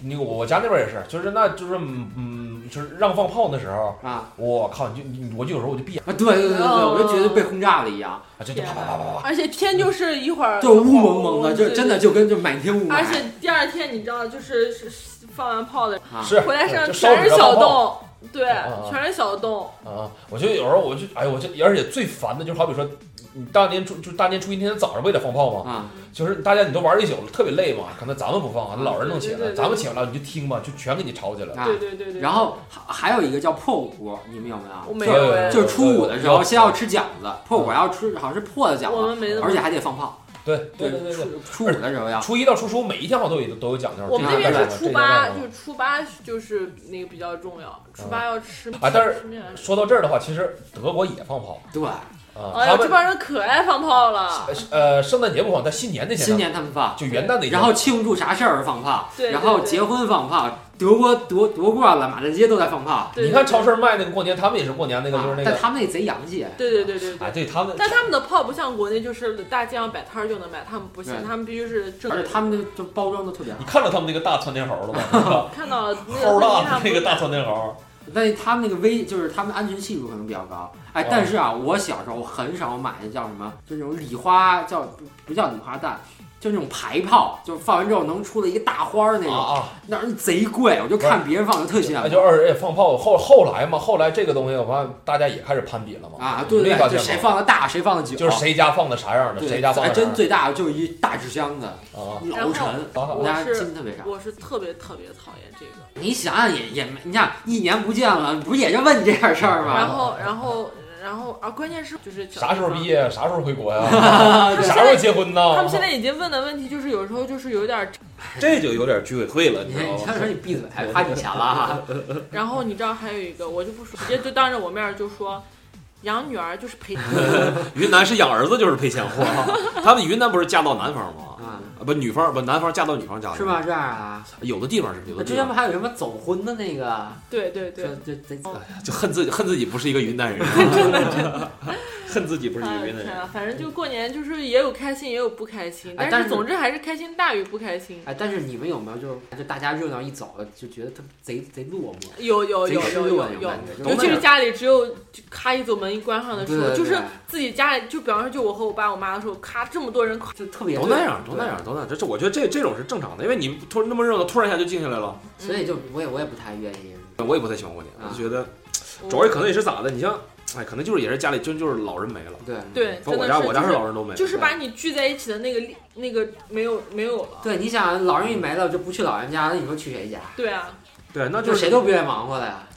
Speaker 6: 那个我家那边也是，就是那就是嗯嗯，就是让放炮的时候，
Speaker 4: 啊
Speaker 6: 我靠，你就你我就有时候我就闭眼，
Speaker 4: 啊！对对对对对，
Speaker 3: 哦
Speaker 4: 我就觉得被轰炸了一样，
Speaker 6: 啊，就就啪啪啪啪啪，
Speaker 3: 而且天就是一会儿
Speaker 4: 就是雾蒙蒙的，就真的。就跟就满天雾
Speaker 3: 而
Speaker 4: 霾。
Speaker 3: 且第二天你知道，就是是是放完炮的，
Speaker 4: 啊
Speaker 6: 是
Speaker 3: 回来身上
Speaker 6: 就烧
Speaker 3: 全
Speaker 6: 纸
Speaker 3: 是
Speaker 6: 让
Speaker 3: 小
Speaker 6: 放炮。
Speaker 3: 洞，对
Speaker 6: 啊啊，
Speaker 3: 全是小洞。
Speaker 6: 啊，我觉得有时候我就，哎呦，我就，而且最烦的就是，好比说，你大年初就大年初一那天早上不也得放炮吗？
Speaker 4: 啊，
Speaker 6: 就是大家你都玩一宿了，特别累嘛，可能咱们不放啊，老人能起
Speaker 3: 对对
Speaker 6: 来，
Speaker 3: 对
Speaker 6: 咱们起不来，你就听吧，就全给你吵起来。
Speaker 4: 啊
Speaker 3: 对对对对。
Speaker 4: 然后还还有一个叫破五，你们有没
Speaker 3: 我
Speaker 4: 有？
Speaker 3: 没有哎，
Speaker 4: 就是初五的时
Speaker 6: 有
Speaker 4: 候，先要吃饺子，破五要吃，好像是破的
Speaker 3: 我
Speaker 4: 饺
Speaker 3: 们没
Speaker 4: 子，
Speaker 3: 那
Speaker 4: 而且
Speaker 3: 么。
Speaker 4: 还得放炮。
Speaker 6: 对对对对对，
Speaker 4: 初初五的时候要
Speaker 6: 初一到初十五每一天好像都有都有讲究。
Speaker 3: 我们
Speaker 6: 啊这
Speaker 3: 那
Speaker 6: 天
Speaker 3: 边
Speaker 6: 干
Speaker 3: 是
Speaker 6: 什么
Speaker 3: 初八，
Speaker 6: 这天干
Speaker 3: 就
Speaker 6: 什么
Speaker 3: 是初八就是那个比较重要，初八要吃
Speaker 6: 啊但是
Speaker 3: 吃面。
Speaker 6: 说到这儿的话，其实德国也放炮
Speaker 4: 对，
Speaker 6: 啊，
Speaker 3: 哎
Speaker 6: 他
Speaker 3: 呀，这
Speaker 6: 们
Speaker 3: 帮人可爱放炮了，
Speaker 6: 呃圣诞节不放，但新年那天
Speaker 4: 新
Speaker 6: 放
Speaker 4: 年他们放。
Speaker 6: 就元旦那天，
Speaker 4: 然后庆祝啥事儿放炮，
Speaker 3: 对对
Speaker 4: 然后
Speaker 3: 对
Speaker 4: 结婚放炮，德国夺夺冠了，满大街都在放炮，
Speaker 3: 对
Speaker 6: 你看超市卖那个过年，他们也是过年那个就是那
Speaker 4: 啊、
Speaker 6: 个
Speaker 4: 但，他们那贼洋气，
Speaker 3: 对对对对
Speaker 6: 哎，
Speaker 3: 对。
Speaker 6: 对他们
Speaker 3: 但他们的炮不像国内，就是大街上摆摊儿就能买，他们不行
Speaker 4: 对，
Speaker 3: 他们必须是正。
Speaker 4: 而且他们那就包装的特别好
Speaker 6: 你。看到他们那个大窜天猴
Speaker 3: <laughs>
Speaker 6: 了吗？
Speaker 3: 看到了那
Speaker 6: 猴
Speaker 3: 个婚礼
Speaker 6: 大
Speaker 3: 上
Speaker 6: 那个大窜天猴，
Speaker 4: 但是他们那个危，就是他们的安全系数可能比较高。哎
Speaker 6: 哦，
Speaker 4: 但是啊，我小时候我很少买那叫什么，就那种礼花，叫不不叫礼花弹，就那种排炮，就是放完之后能出了一个大花儿那种，
Speaker 6: 啊啊！
Speaker 4: 那玩意儿贼贵，我就看别人放就特羡
Speaker 6: 哎，
Speaker 4: 慕。
Speaker 6: 就二人也放炮，后后来嘛，后来这个东西我发现大家也开始攀比了嘛。
Speaker 4: 啊，对对
Speaker 6: 没发
Speaker 4: 对，就谁
Speaker 6: 现吗
Speaker 4: 放的大谁放的久，
Speaker 6: 就是谁家放的啥样的，
Speaker 4: 对，
Speaker 6: 谁家放
Speaker 4: 还
Speaker 6: 的啥样
Speaker 4: 真
Speaker 6: 的
Speaker 4: 最大就是一大纸箱子，
Speaker 6: 啊
Speaker 4: 老
Speaker 3: 然
Speaker 4: 沉，
Speaker 6: 后
Speaker 4: 我家
Speaker 3: 我是
Speaker 4: 金特别少。
Speaker 3: 我是特别特别讨厌这个。
Speaker 4: 你想想也也没，你想一年不见了，不也就问你这点事儿
Speaker 6: 啊
Speaker 4: 吗？
Speaker 3: 然后，然后，然后啊，关键是就是小
Speaker 7: 啥时候毕业？啥时候回国
Speaker 4: <laughs>
Speaker 7: 呀？
Speaker 3: 地方？
Speaker 7: 啥时候
Speaker 3: 他们现在
Speaker 7: 结婚呢？
Speaker 3: 他们现
Speaker 6: 啊
Speaker 3: 在已经问的问题就是有时候就是有点儿，
Speaker 6: 这就有点居委会了，你
Speaker 4: 你
Speaker 6: 知道
Speaker 4: 你
Speaker 6: 吗？
Speaker 4: 要说你闭嘴，花你钱了啊！
Speaker 3: 然后你知道还有一个，我就不说，直接就当着我面儿就说，养女儿就是陪。 <laughs>
Speaker 6: 云南是养儿子就是赔钱
Speaker 4: <laughs>
Speaker 6: 货，他们云南不是嫁到男方吗？
Speaker 4: 啊
Speaker 6: 啊，不，女方不，男方嫁到女方家里
Speaker 4: 是吗？？这样啊？
Speaker 6: 有的地方是，有
Speaker 4: 那
Speaker 6: 的
Speaker 4: 之
Speaker 6: 地
Speaker 4: 前不
Speaker 6: 方
Speaker 4: 还有什么走婚的那个？
Speaker 3: 对对对
Speaker 4: 这，这这
Speaker 3: 哦
Speaker 6: 就恨自己，恨自己不是一个
Speaker 4: <laughs>
Speaker 6: 云南人， <laughs> 恨自己不是一
Speaker 3: 哎
Speaker 6: 个
Speaker 3: 呦
Speaker 6: 云南
Speaker 3: 天
Speaker 6: 人。
Speaker 3: 啊，反正就过年就是也有开心，也有不开心，
Speaker 4: 哎
Speaker 3: 但
Speaker 4: 但
Speaker 3: 是
Speaker 4: 是
Speaker 3: 总之还是开心大于不开心。
Speaker 4: 哎，但是你们有没有就是就大家热闹一走了，就觉得特贼贼落寞？
Speaker 3: 有有有
Speaker 4: 贼失
Speaker 3: 有
Speaker 4: 落那
Speaker 3: 有
Speaker 4: 种
Speaker 3: 有
Speaker 4: 感，觉，
Speaker 3: 尤
Speaker 4: 就
Speaker 3: 其是
Speaker 4: 是
Speaker 3: 家里只有就咔一走门一关上的时
Speaker 4: 对
Speaker 3: 候，
Speaker 4: 对
Speaker 3: 呃就是
Speaker 4: 对
Speaker 3: 自己家里，就比方说就我和我爸我妈的时候，咔这么多人，
Speaker 4: 就特别
Speaker 6: 都那样，都那。样，都那样。这这，我觉得这这种是正常的，因为你突然那么热闹，突然一下就静下来了。
Speaker 4: 对所以就我也我也不太愿意。
Speaker 6: 我也不太喜欢过年，我就觉得
Speaker 3: 嗯
Speaker 6: 主要也可能也是咋的，你像，哎，可能就是也是家里真就是老人没了，
Speaker 4: 对
Speaker 3: 对，
Speaker 6: 包括
Speaker 3: 嗯真的
Speaker 6: 我
Speaker 3: 是
Speaker 6: 家我家
Speaker 3: 就是
Speaker 6: 老人都没了，
Speaker 3: 就是把你聚在一起的那个力那个没有没有了。
Speaker 4: 对，你想老人一没了，就不去老人家，那你说去谁家？
Speaker 3: 对啊，
Speaker 6: 对，那
Speaker 4: 就
Speaker 6: 就是
Speaker 4: 谁都不愿意忙活了呀。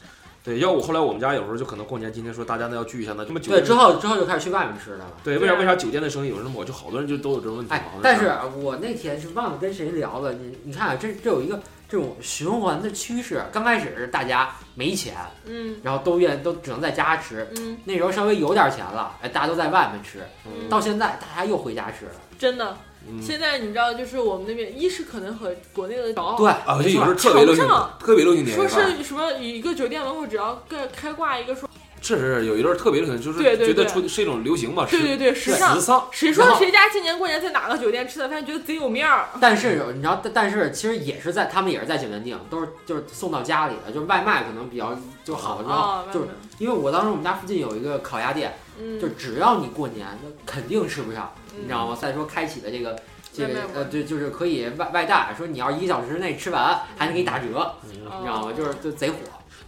Speaker 6: 对。要我后来我们家有时候就可能过年，今天说大家那要聚一下，那他们酒
Speaker 4: 对，
Speaker 6: 店
Speaker 4: 之后之后就开始去外面吃的了。
Speaker 6: 对，为啥为啥酒店的生意有那么火？就好多人就都有这种问题嘛
Speaker 4: 哎。
Speaker 6: 好像，啊
Speaker 4: 但是我那天是忘了跟谁聊了，你你看啊，这这有一个这种循环的趋势。刚开始是大家没钱，
Speaker 3: 嗯
Speaker 4: 然后都愿都只能在家吃。
Speaker 3: 嗯
Speaker 4: 那时候稍微有点钱了，哎，大家都在外面吃。
Speaker 3: 嗯，
Speaker 4: 到现在大家又回家吃了，
Speaker 3: 真的，
Speaker 6: 嗯
Speaker 3: 现在你知道，就是我们那边一是可能和国内的少，
Speaker 4: 对
Speaker 6: 啊，就
Speaker 4: 没
Speaker 6: 有
Speaker 4: 错
Speaker 6: 时候特别流行
Speaker 3: 瞧不上，
Speaker 6: 特别流行年
Speaker 3: 说
Speaker 6: 夜饭，
Speaker 3: 是什么一个酒店门口只要开开挂一个说，
Speaker 6: 是是是有一阵儿特别流行，就是
Speaker 3: 对对
Speaker 6: 觉得
Speaker 3: 对
Speaker 6: 出是一种流行吧，
Speaker 3: 对对对，
Speaker 6: 时
Speaker 3: 时尚
Speaker 6: 时。尚。
Speaker 3: 谁说
Speaker 4: 然后
Speaker 3: 谁家今年过年在哪个酒店吃的饭，觉得贼有面儿？
Speaker 4: 但是你知道，但但是其实也是在他们也是在酒店订，都是就是送到家里的，就是外卖可能比较就好，然
Speaker 3: 啊，
Speaker 4: 后
Speaker 3: 外
Speaker 4: 哦就
Speaker 3: 面
Speaker 4: 是因为我当时我们家附近有一个烤鸭店，
Speaker 3: 嗯，
Speaker 4: 就只要你过年，那肯定吃不上，
Speaker 3: 嗯
Speaker 4: 你知道吗？再说开启的这个这
Speaker 3: 外
Speaker 4: 个
Speaker 3: 卖
Speaker 4: 呃，就就是可以外外带，说你要一个小时内吃完，还能给你打折，
Speaker 6: 嗯哦
Speaker 4: 你知
Speaker 3: 哦
Speaker 4: 道吗？就是就贼火。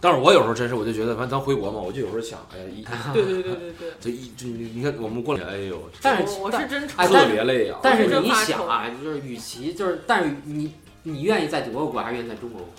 Speaker 6: 但是我有时候真是，我就觉得，反正咱回国嘛，我就有时候想，哎呀，一
Speaker 3: 对对对对对，
Speaker 6: 就一就你看我们过年，哎呦，
Speaker 4: <laughs> 但是
Speaker 3: 我我是真愁
Speaker 4: 哎，
Speaker 6: 特
Speaker 4: 但是
Speaker 6: 别累呀。
Speaker 4: 但
Speaker 3: 我
Speaker 4: 是
Speaker 3: 真
Speaker 4: 你
Speaker 3: 发
Speaker 4: 想啊，就是与其就是，但是你你愿意在德国过，还是愿意在中国过？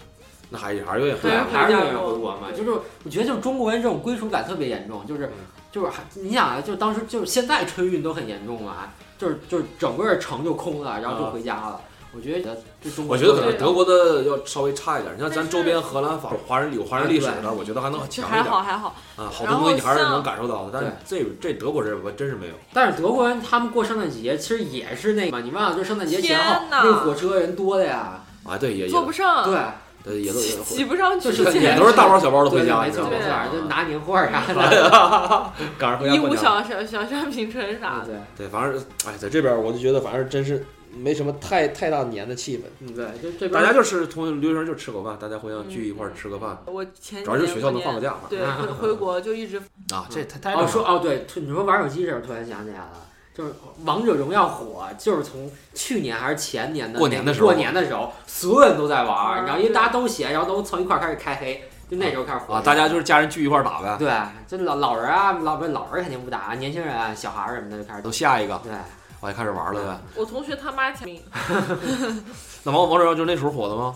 Speaker 6: 那还是还是有点
Speaker 3: 对
Speaker 6: 累。
Speaker 4: 还是愿意回国嘛。就是我觉得就是中国人这种归属感特别严重，就是就是还你想啊，就当时就是现在春运都很严重了啊，就是就是整个城就空了，然后就回家了。我觉得这中国
Speaker 6: 啊我觉
Speaker 4: 人特别
Speaker 6: 得可能
Speaker 4: 严重，
Speaker 6: 德国的要稍微差一点，你像
Speaker 3: 但
Speaker 6: 咱
Speaker 3: 是
Speaker 6: 周边荷兰、法华人有华人历史
Speaker 4: 对
Speaker 6: 的，我觉得还能
Speaker 3: 就
Speaker 6: 强
Speaker 3: 还
Speaker 6: 一点
Speaker 3: 好还好，
Speaker 6: 啊，好多东西你还是能感受到的。但是这这德国人我真是没有。
Speaker 4: 但是德国人他们过圣诞节其实也是那个嘛，你忘了就圣诞节前后
Speaker 3: 天哪嗯
Speaker 4: 那个火车人多的呀，
Speaker 6: 啊，对，也也
Speaker 3: 坐不上，
Speaker 4: 对，
Speaker 6: 呃也都也都
Speaker 3: 挤不上去，
Speaker 4: 就是
Speaker 6: 也都是
Speaker 3: <laughs>
Speaker 6: 大包小包的
Speaker 4: 对
Speaker 6: 回
Speaker 4: 对，
Speaker 6: 家，
Speaker 4: 没
Speaker 6: 你知
Speaker 4: 错
Speaker 6: 道
Speaker 4: 没错
Speaker 6: 吗，？
Speaker 4: 就拿年货啥
Speaker 3: 嗯
Speaker 4: 的，
Speaker 6: 赶上回家
Speaker 3: 义乌
Speaker 6: 过年。
Speaker 3: 小小小商品城啥的，
Speaker 4: 对
Speaker 6: 对，反正哎，在这边我就觉得，反正真是没什么太太大年的气氛。
Speaker 4: 嗯对，就这边
Speaker 6: 大家就是同留学生就吃口饭，大家互相聚一块儿吃个饭，
Speaker 3: 我前
Speaker 6: 主要是学校能放个
Speaker 3: 假，
Speaker 6: 假嘛。
Speaker 3: 对，回回国就一直
Speaker 6: 啊，这太太
Speaker 4: 哦，说哦，对，突你说玩手机这事儿，突然想起来了，就是《王者荣耀》火，就是从去年还是前年的
Speaker 6: 过
Speaker 4: 那
Speaker 6: 年
Speaker 4: 个
Speaker 6: 的时候
Speaker 4: 过年的时候，所有人都在玩儿，你知道，因为
Speaker 3: 嗯对
Speaker 4: 大家都闲，然后都从一块儿开始开黑，就那时候开始火
Speaker 6: 啊，大家就是家人聚一块儿打呗。
Speaker 4: 对，就老老人啊，老不是老人肯定不打，年轻人啊、小孩儿什么的就开始
Speaker 6: 都下一个，
Speaker 4: 对，
Speaker 6: 我也开始玩了呗。
Speaker 3: 我同学他妈前面
Speaker 6: 那王王者荣耀就是那时候火的吗？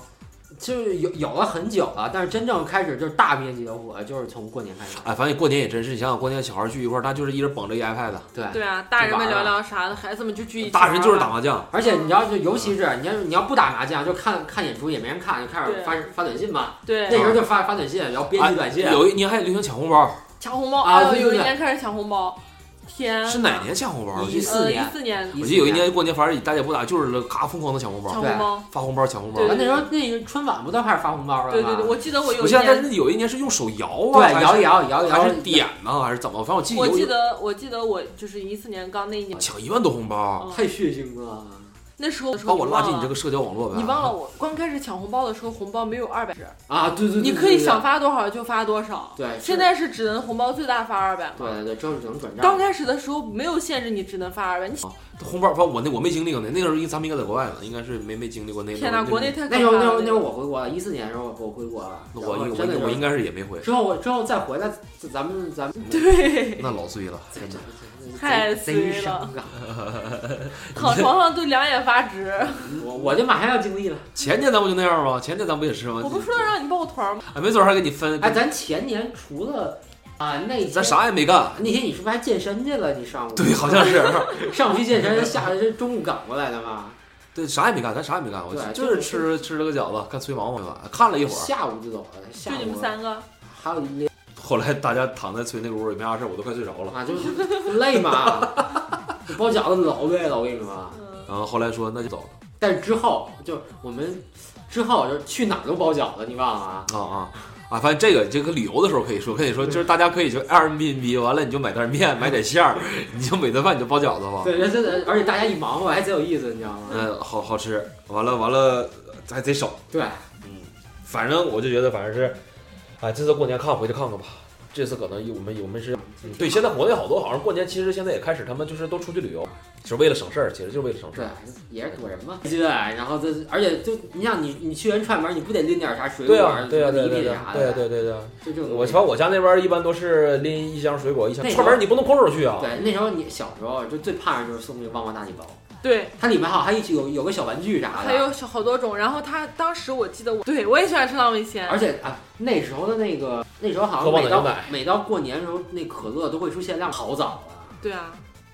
Speaker 4: 就是有有了很久了，但是真正开始就是大面积的火，就是从过年开始。
Speaker 6: 哎，反正你过年也真是，你想想过年小孩聚一块儿，他就是一人捧着一 iPad，
Speaker 4: 对，
Speaker 3: 对啊，大人们
Speaker 4: 就玩
Speaker 3: 聊
Speaker 4: 儿
Speaker 3: 聊啥的，孩子们就聚一起玩儿啊吧，
Speaker 6: 大人就是打麻将，
Speaker 4: 而且你要就尤其是你要你要不打麻将，就看看演出也没人看，就开始
Speaker 3: 对
Speaker 4: 发发短信嘛。
Speaker 3: 对
Speaker 4: 那时候就发发短信，然后编辑短信。
Speaker 3: 啊
Speaker 6: 哎有一年还流行抢红包，
Speaker 3: 抢红包
Speaker 4: 啊
Speaker 3: 哎呦
Speaker 4: 对对
Speaker 3: 有一
Speaker 4: 对
Speaker 3: 年开始抢红包，天呐，
Speaker 6: 是哪年抢红包？我记
Speaker 4: 一
Speaker 6: 得
Speaker 4: 四
Speaker 3: 呃，一
Speaker 4: 年
Speaker 3: 四年
Speaker 6: 我记得有一年过年，反正大家也不打，就是咔疯狂的抢红包
Speaker 3: 抢，红包，
Speaker 6: 发红包抢红包
Speaker 3: 对。
Speaker 4: 啊，那时候那个春晚不都开始发红包了吗？
Speaker 3: 对对对，我记得我有
Speaker 6: 我
Speaker 3: 一
Speaker 6: 现在但
Speaker 3: 年，
Speaker 6: 是有一年是用手摇啊，
Speaker 4: 对摇一摇摇一摇，
Speaker 6: 还是点呢，还是怎么？反正我记
Speaker 3: 我
Speaker 6: 得有
Speaker 3: 记得我记得我就是一四年刚那一年，
Speaker 6: 抢一万多红包，
Speaker 3: 嗯
Speaker 4: 太血腥了。
Speaker 3: 那时候
Speaker 6: 把我拉进你这
Speaker 3: 个。
Speaker 6: 个社交网络呗。
Speaker 3: 你忘了我刚开始抢红包的时候，红包没有二百，
Speaker 4: 啊，对对对，
Speaker 3: 你可以
Speaker 4: 对
Speaker 3: 想。发多少就发多少。
Speaker 4: 对是
Speaker 3: 现在是只能红包最大发二百嘛。
Speaker 4: 对对对，之后只能转账。
Speaker 3: 刚开始的时候没有限制你只能发二百，你
Speaker 6: 红包，反正我那我没经历过那，那个时候因为咱们应该在国外呢，应该是没没经历过那。
Speaker 3: 天哪，国内太可
Speaker 4: 那时候那
Speaker 3: 怕
Speaker 4: 时候
Speaker 3: 了。
Speaker 4: 那时候我回国了，一四年的时候我回国了，
Speaker 6: 那我
Speaker 4: 然后
Speaker 6: 我
Speaker 4: 真的
Speaker 6: 我我
Speaker 4: 是
Speaker 6: 应该是也没回，
Speaker 4: 之后我之后再回来，咱们咱们
Speaker 3: 对，
Speaker 4: <laughs>
Speaker 6: 那老碎了，
Speaker 4: 这
Speaker 6: 真的。
Speaker 4: 这这
Speaker 3: 太
Speaker 4: 贼
Speaker 3: 衰
Speaker 4: 贼伤感。
Speaker 3: 躺床上都两眼发
Speaker 4: <laughs>
Speaker 3: 直。
Speaker 4: 我我就马上要经历了。
Speaker 6: 前年咱不就那样吗？前年咱不也是吗？
Speaker 5: 啊
Speaker 3: 我不是说让你抱团吗？
Speaker 6: 哎，没准儿还给你分。
Speaker 4: 哎，咱前年除了啊，那天
Speaker 5: 咱啥也没干。
Speaker 4: 那天你是不是还健身去了？你上午
Speaker 5: 对，好像是，
Speaker 4: <laughs> 上去健身，下来是中午赶过来的嘛？
Speaker 5: 对，啥也没干，咱啥也没干，我
Speaker 4: 对
Speaker 5: 就
Speaker 4: 就是是
Speaker 5: 吃吃了个饺子，看崔毛毛去了，看了一会儿。
Speaker 4: 下午就走了，
Speaker 3: 就
Speaker 4: 下
Speaker 3: 你们
Speaker 4: 午
Speaker 3: 三个，
Speaker 4: 还有一
Speaker 5: 后来大家躺在崔那个屋也没啥事儿，我都快睡着了。
Speaker 4: 啊，就是累嘛，包饺子老累了，我跟你说。啊
Speaker 3: 嗯，
Speaker 5: 然后后来说那就走
Speaker 4: 但是之后就我们之后就去哪儿都包饺子，你忘了啊？
Speaker 5: 啊啊啊！发现这个这个旅游的时候可以说，跟你说就是大家可以就 Airbnb 完了你就买袋面，买点馅儿，你就每顿饭你就包饺子吧。
Speaker 4: 对，人真的，而且大家一忙活还贼有意思，你知道吗？
Speaker 5: 嗯，好好吃，完了完了还贼少。
Speaker 4: 对，
Speaker 6: 反正我就觉得，反正是，哎，这次过年看回去看看吧。这次可能我们我们是对，现在国内好多好像过年，其实现在也开始他们就是都出去旅游，是为了省事儿，其实就是为了省事
Speaker 4: 对
Speaker 6: 儿。，
Speaker 4: 也是躲人嘛。对，然后这而且就你像你你去人串门，你不得拎点啥水
Speaker 6: 对
Speaker 4: 果
Speaker 6: 啊，、对啊，对啊
Speaker 4: 礼
Speaker 6: 对
Speaker 4: 品
Speaker 6: 啊
Speaker 4: 啥
Speaker 6: 对啊
Speaker 4: 的？
Speaker 6: 对啊对啊对啊。
Speaker 4: 就这种东西。
Speaker 6: 我反正我家那边一般都是拎一箱水果，一箱
Speaker 4: 那时候
Speaker 6: 串门，你不能空手去啊。
Speaker 4: 对那时候你小时候就最盼着就是送那个旺旺大礼包，
Speaker 3: 对，
Speaker 4: 它里面好像还一起有有个小玩具啥的。
Speaker 3: 还有小好多种。然后他当时我记得我，对我也喜欢吃浪味仙，
Speaker 4: 而且啊，那时候的那个，那时候好像
Speaker 6: 喝旺
Speaker 4: 每
Speaker 6: 仔
Speaker 4: 到
Speaker 6: 牛奶
Speaker 4: 每到过年的时候，那可乐都会出限量，好早了。
Speaker 3: 对啊，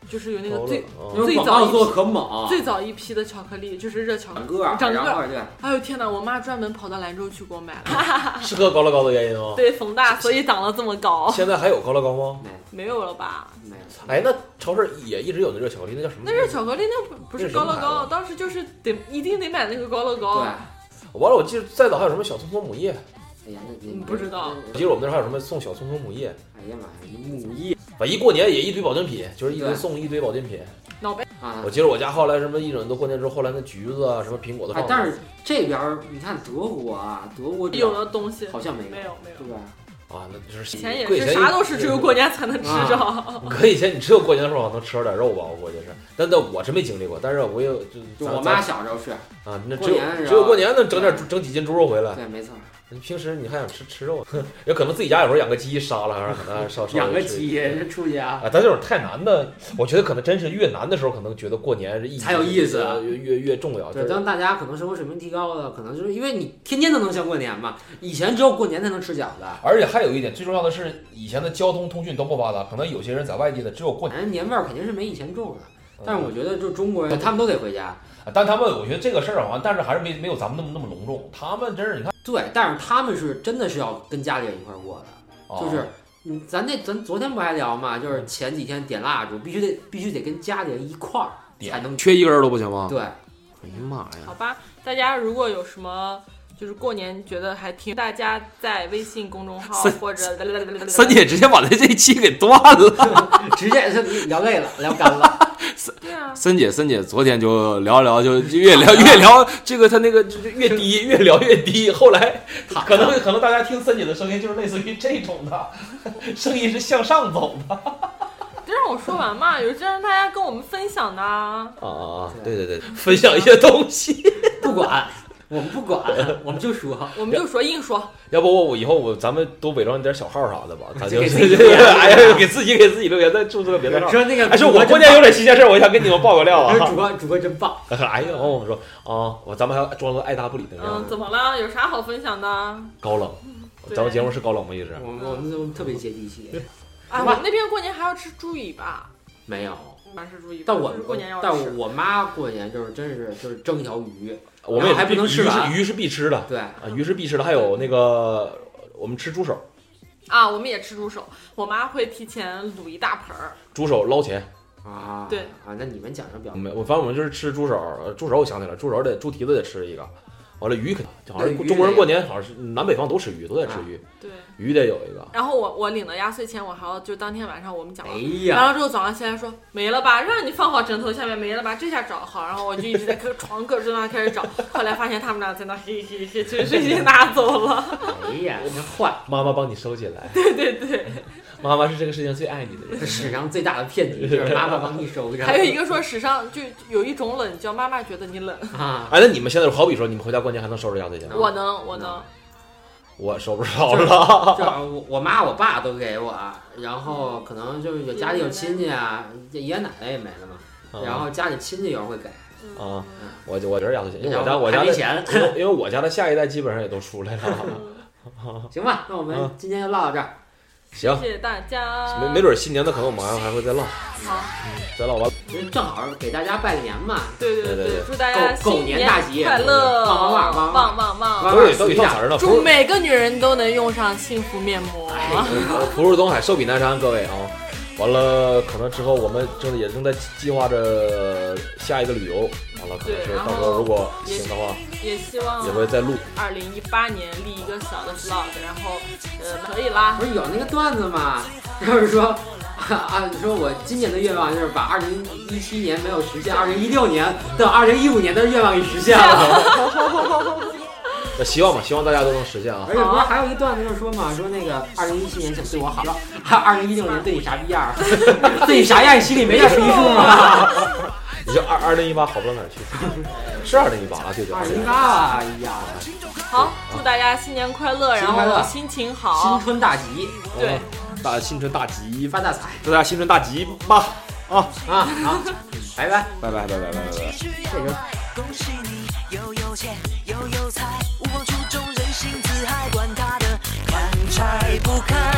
Speaker 3: 就是有那
Speaker 6: 好
Speaker 3: 个
Speaker 6: 冷
Speaker 3: 最
Speaker 6: 啊
Speaker 4: 因为广告做得可猛，
Speaker 3: 最早一批的巧克力，就是热巧克
Speaker 4: 长
Speaker 3: 力。
Speaker 4: 个儿，
Speaker 3: 长个儿
Speaker 4: 然后对，
Speaker 3: 哎呦天哪！我妈专门跑到兰州去给我买了，
Speaker 6: 是喝高乐高的原因吗？
Speaker 3: 对，哦冯大，所以长得这么高，
Speaker 6: 现在还有高乐高吗？
Speaker 3: <laughs> 没有了吧？
Speaker 4: 没有。
Speaker 6: 哎，那超市也一直有那热巧克力，那叫什么？
Speaker 3: 那热巧克力那不不是
Speaker 6: 那是什
Speaker 3: 高
Speaker 6: 么
Speaker 3: 乐
Speaker 6: 牌
Speaker 3: 高，
Speaker 6: 子
Speaker 3: 当时就是得一定得买那个高乐高。
Speaker 4: 对，
Speaker 6: 完了，我记得再早还有什么小葱葱母叶，
Speaker 4: 哎呀，那
Speaker 3: 你不知道
Speaker 6: 我记得我们那儿还有什么送小葱葱母叶，
Speaker 4: 哎呀妈呀，你母夜
Speaker 6: 反正一过年也一堆保健品，就是一堆
Speaker 4: 对
Speaker 6: 送一堆保健品。
Speaker 3: 脑白
Speaker 4: 啊
Speaker 6: 我！记得我家后来什么一整都过年之后，后来那橘子啊，什么苹果都
Speaker 4: 哎
Speaker 6: 放，
Speaker 4: 但是这边儿你看德国啊，德国这边
Speaker 3: 有
Speaker 4: 儿
Speaker 3: 的东西
Speaker 4: 好像没有，
Speaker 3: 没有没有，
Speaker 4: 对吧？
Speaker 6: 啊，那就是
Speaker 3: 以前也
Speaker 6: 贵
Speaker 3: 是啥都是只有过。年才能吃
Speaker 4: 啊
Speaker 3: 着。
Speaker 6: 可以前你只有过年的时候能吃点肉吧，我估计是，但那我是没经历过，但是我有就
Speaker 4: 就
Speaker 6: 咱
Speaker 4: 我妈小时候是，
Speaker 6: 咱啊，那
Speaker 4: 过
Speaker 6: 只有
Speaker 4: 年是吧
Speaker 6: 只有过年能整点猪整几斤猪肉回来，
Speaker 4: 对，没错，
Speaker 6: 你平时你还想吃吃肉， <laughs> 有可能自己家有时候养个鸡杀了，然后可能烧烧
Speaker 4: 养个
Speaker 6: 着吃
Speaker 4: 鸡人家 <laughs> 出去啊，
Speaker 6: 啊，咱这种太难的，我觉得可能真是越难的时候，可能觉得过年是意义
Speaker 4: 才有意思啊
Speaker 6: 越越越重要。就
Speaker 4: 对，
Speaker 6: 是
Speaker 4: 当大家可能生活水平提高了，可能就是因为你天天都能像过年嘛，以前只有过年才能吃饺子，
Speaker 6: 而且还有一点最重要的是，以前的交通通讯都不发达，可能有些人在外地的，只有过年。
Speaker 4: 反正年味儿肯定是没以前重了。
Speaker 6: 嗯
Speaker 4: 但是我觉得，就中国人他们都得回家，
Speaker 6: 呃但他们我觉得这个事儿好像，但是还是没没有咱们那么那么隆重。他们真是你看，
Speaker 4: 对，但是他们是真的是要跟家里人一块儿过的，
Speaker 6: 啊
Speaker 4: 就是。嗯，咱那咱昨天不还聊嘛，
Speaker 6: 嗯
Speaker 4: 就是前几天点蜡烛，必须得必须得跟家里人一块儿才能
Speaker 5: 缺一个人都不行吗？
Speaker 4: 对，
Speaker 5: 哎呀
Speaker 3: <laughs>
Speaker 5: 妈
Speaker 3: 好
Speaker 5: 呀！
Speaker 3: 吧，大家如果有什么。就是过年觉得还挺，大家在微信公众号
Speaker 5: 三
Speaker 3: 或者啊
Speaker 5: <laughs> 三姐直接把这这一期给断了。
Speaker 4: <laughs> 直接是聊累了，聊干了。
Speaker 3: 对啊，
Speaker 5: <laughs> 森姐，森姐，昨天就聊一聊，就就越聊越聊这个，她那个就是
Speaker 6: 越低越聊越低。后来可能可能大家听森姐的声音就是类似于这种的， <laughs> 声音是向上走的。
Speaker 3: 就让我说完嘛，有这让大家跟我们分享的啊。
Speaker 5: 哦
Speaker 6: 啊啊啊
Speaker 4: 对
Speaker 6: 对对，分享一些东西。
Speaker 4: 不管，我们不管，我们就说，
Speaker 6: 哎
Speaker 3: 我们就说硬说，
Speaker 6: 要不我我以后我咱们多伪装一点小号啥的吧，咱就
Speaker 4: 给
Speaker 6: 是
Speaker 4: 自
Speaker 6: <laughs>
Speaker 4: 己留言
Speaker 6: 哎呀，给自己给自己留言，再注册个别的号。
Speaker 4: 说那个，
Speaker 6: 哎，是我过年有点新鲜事儿，我想跟你们爆个料啊
Speaker 4: 真棒，。主播主播真棒，
Speaker 6: <laughs> 哎呀，我我说啊，我咱们还要装个爱答不理的样
Speaker 3: 嗯，
Speaker 6: 子，
Speaker 3: 怎么了？有啥好分享的？
Speaker 4: 嗯
Speaker 3: 啊，
Speaker 6: 高冷。
Speaker 3: 对
Speaker 6: 咱们节目是高冷吗？一直
Speaker 4: 我们我们就特别接地气。
Speaker 3: 我们那边过年还要吃猪尾巴，
Speaker 4: 没有，
Speaker 3: 满是猪尾巴。
Speaker 4: 但我
Speaker 3: 就是过年要
Speaker 4: 但
Speaker 3: 吃。
Speaker 4: 我妈过年就是真是就是蒸一条鱼，
Speaker 6: 我们也
Speaker 4: 啊还不能吃
Speaker 6: 鱼
Speaker 4: 完
Speaker 6: 是鱼是必吃的
Speaker 4: 对，
Speaker 6: 啊，鱼是必吃的。还有那个我们吃猪手，
Speaker 3: 啊，我们也吃猪手，我妈会提前卤一大盆儿。
Speaker 6: 猪手捞钱。
Speaker 4: 啊，
Speaker 3: 对
Speaker 4: 啊，那你们讲究比较
Speaker 6: 我们我反正我们就是吃猪手，呃猪手我想起来，猪手得猪蹄子得吃一个。完了鱼肯好像
Speaker 4: 对
Speaker 6: 是
Speaker 4: 鱼
Speaker 6: 中国人过年好像是南北方都吃鱼，都在吃鱼，
Speaker 3: 对。
Speaker 6: 鱼得有一个。
Speaker 3: 然后我我领了压岁钱，我还要就当天晚上我们讲
Speaker 4: 哎
Speaker 3: 完，
Speaker 4: 呀
Speaker 3: 完，了之后早上起来说没了吧，让你放好枕头下面没了吧，这下找好，然后我就一直在各床各地方开始找，后来发现他们俩在那嘿嘿嘿，就是直接拿走了。
Speaker 4: 哎
Speaker 3: <laughs>
Speaker 4: 呀，真坏，
Speaker 6: 妈妈帮你收起来，
Speaker 3: 对对对，
Speaker 6: 妈妈是这个世界上最爱你的人。
Speaker 4: 史上最大的骗局就是妈妈帮你收
Speaker 3: <laughs>
Speaker 4: 着。
Speaker 3: 还有一个说史上就有一种冷叫妈妈觉得你冷，
Speaker 4: 啊，
Speaker 6: 哎，那你们现在好比说你们回家过年还能收拾压岁钱吗？
Speaker 3: 我能我能，
Speaker 6: 我收不
Speaker 4: <laughs>
Speaker 6: 着了。
Speaker 4: 就是我我妈我爸都给我，然后可能就是有家里有亲戚啊，爷爷奶奶也没了嘛，
Speaker 6: 嗯
Speaker 4: 然后家里亲戚有时候会给，
Speaker 6: 啊，我就我觉得压岁钱，因为我
Speaker 4: 然
Speaker 6: 家
Speaker 4: 后
Speaker 6: 嗯我家
Speaker 4: 还没
Speaker 6: 的，
Speaker 4: 钱，
Speaker 6: 嗯因为因为我家的下一代基本上也都出来了。
Speaker 3: 嗯
Speaker 4: <laughs> 行吧，那我们
Speaker 6: 嗯
Speaker 4: 今天就唠到这儿，
Speaker 6: 行，
Speaker 3: 谢谢大家。
Speaker 4: 啊
Speaker 6: 没没准新年的可能我们还还会再唠，
Speaker 3: 好，
Speaker 6: 再唠完。
Speaker 4: 就是正好给大家拜个年嘛。
Speaker 3: 对对
Speaker 6: 对对
Speaker 3: 祝大家
Speaker 4: 狗狗
Speaker 3: 新
Speaker 4: 年大吉
Speaker 3: 快乐，
Speaker 4: 旺旺旺旺
Speaker 3: 旺旺旺
Speaker 4: 旺
Speaker 6: 都有都有套词儿了，
Speaker 3: 祝
Speaker 6: 福
Speaker 3: 每个女人都能用上幸福面膜。
Speaker 4: 哎
Speaker 6: 嗯福如东海，寿比南山，各位啊！完了，可能之后我们正也正在计划着下一个旅游，完了可能是
Speaker 3: 对然
Speaker 6: 到
Speaker 3: 后
Speaker 6: 时候如果行的话，
Speaker 3: 也希望
Speaker 4: 啊
Speaker 6: 也会再录。
Speaker 3: 二零一八年立一个小的 vlog，然后呃可以啦
Speaker 4: 不。是有那个段子嘛， <laughs> 就是说。啊，你说我今年的愿望就是把二零一七年没有实现，二零一六年等二零一五年的愿望给实
Speaker 6: <laughs>
Speaker 4: 现了。
Speaker 6: 那希望吧，希望大家都能实现啊！
Speaker 4: 而且不是还有一个段子就是说嘛，说那个二零一七年想对我好， <laughs> 还二零一六年对你啥逼样儿， <laughs> 对你啥样儿你心里没点逼数吗？
Speaker 6: <laughs> 你就二二零一八好不到哪儿去，是二零一八啊？对对，
Speaker 4: 二
Speaker 6: 对
Speaker 4: 零一八，哎呀，
Speaker 3: 好，祝大家新年快乐，
Speaker 4: 新
Speaker 3: 然
Speaker 4: 年快乐
Speaker 3: 后心情
Speaker 4: 新
Speaker 3: 好。
Speaker 4: 春大吉，
Speaker 6: 嗯
Speaker 3: 对，
Speaker 6: 大新春大吉，
Speaker 4: 发大财
Speaker 6: 祝大家新春大吉吧！啊，
Speaker 4: 啊！好，拜拜。
Speaker 6: 拜拜拜拜拜拜拜。
Speaker 8: 恭喜你又有钱又有才，无忘初衷，人心自嗨，管他的，看拆不开。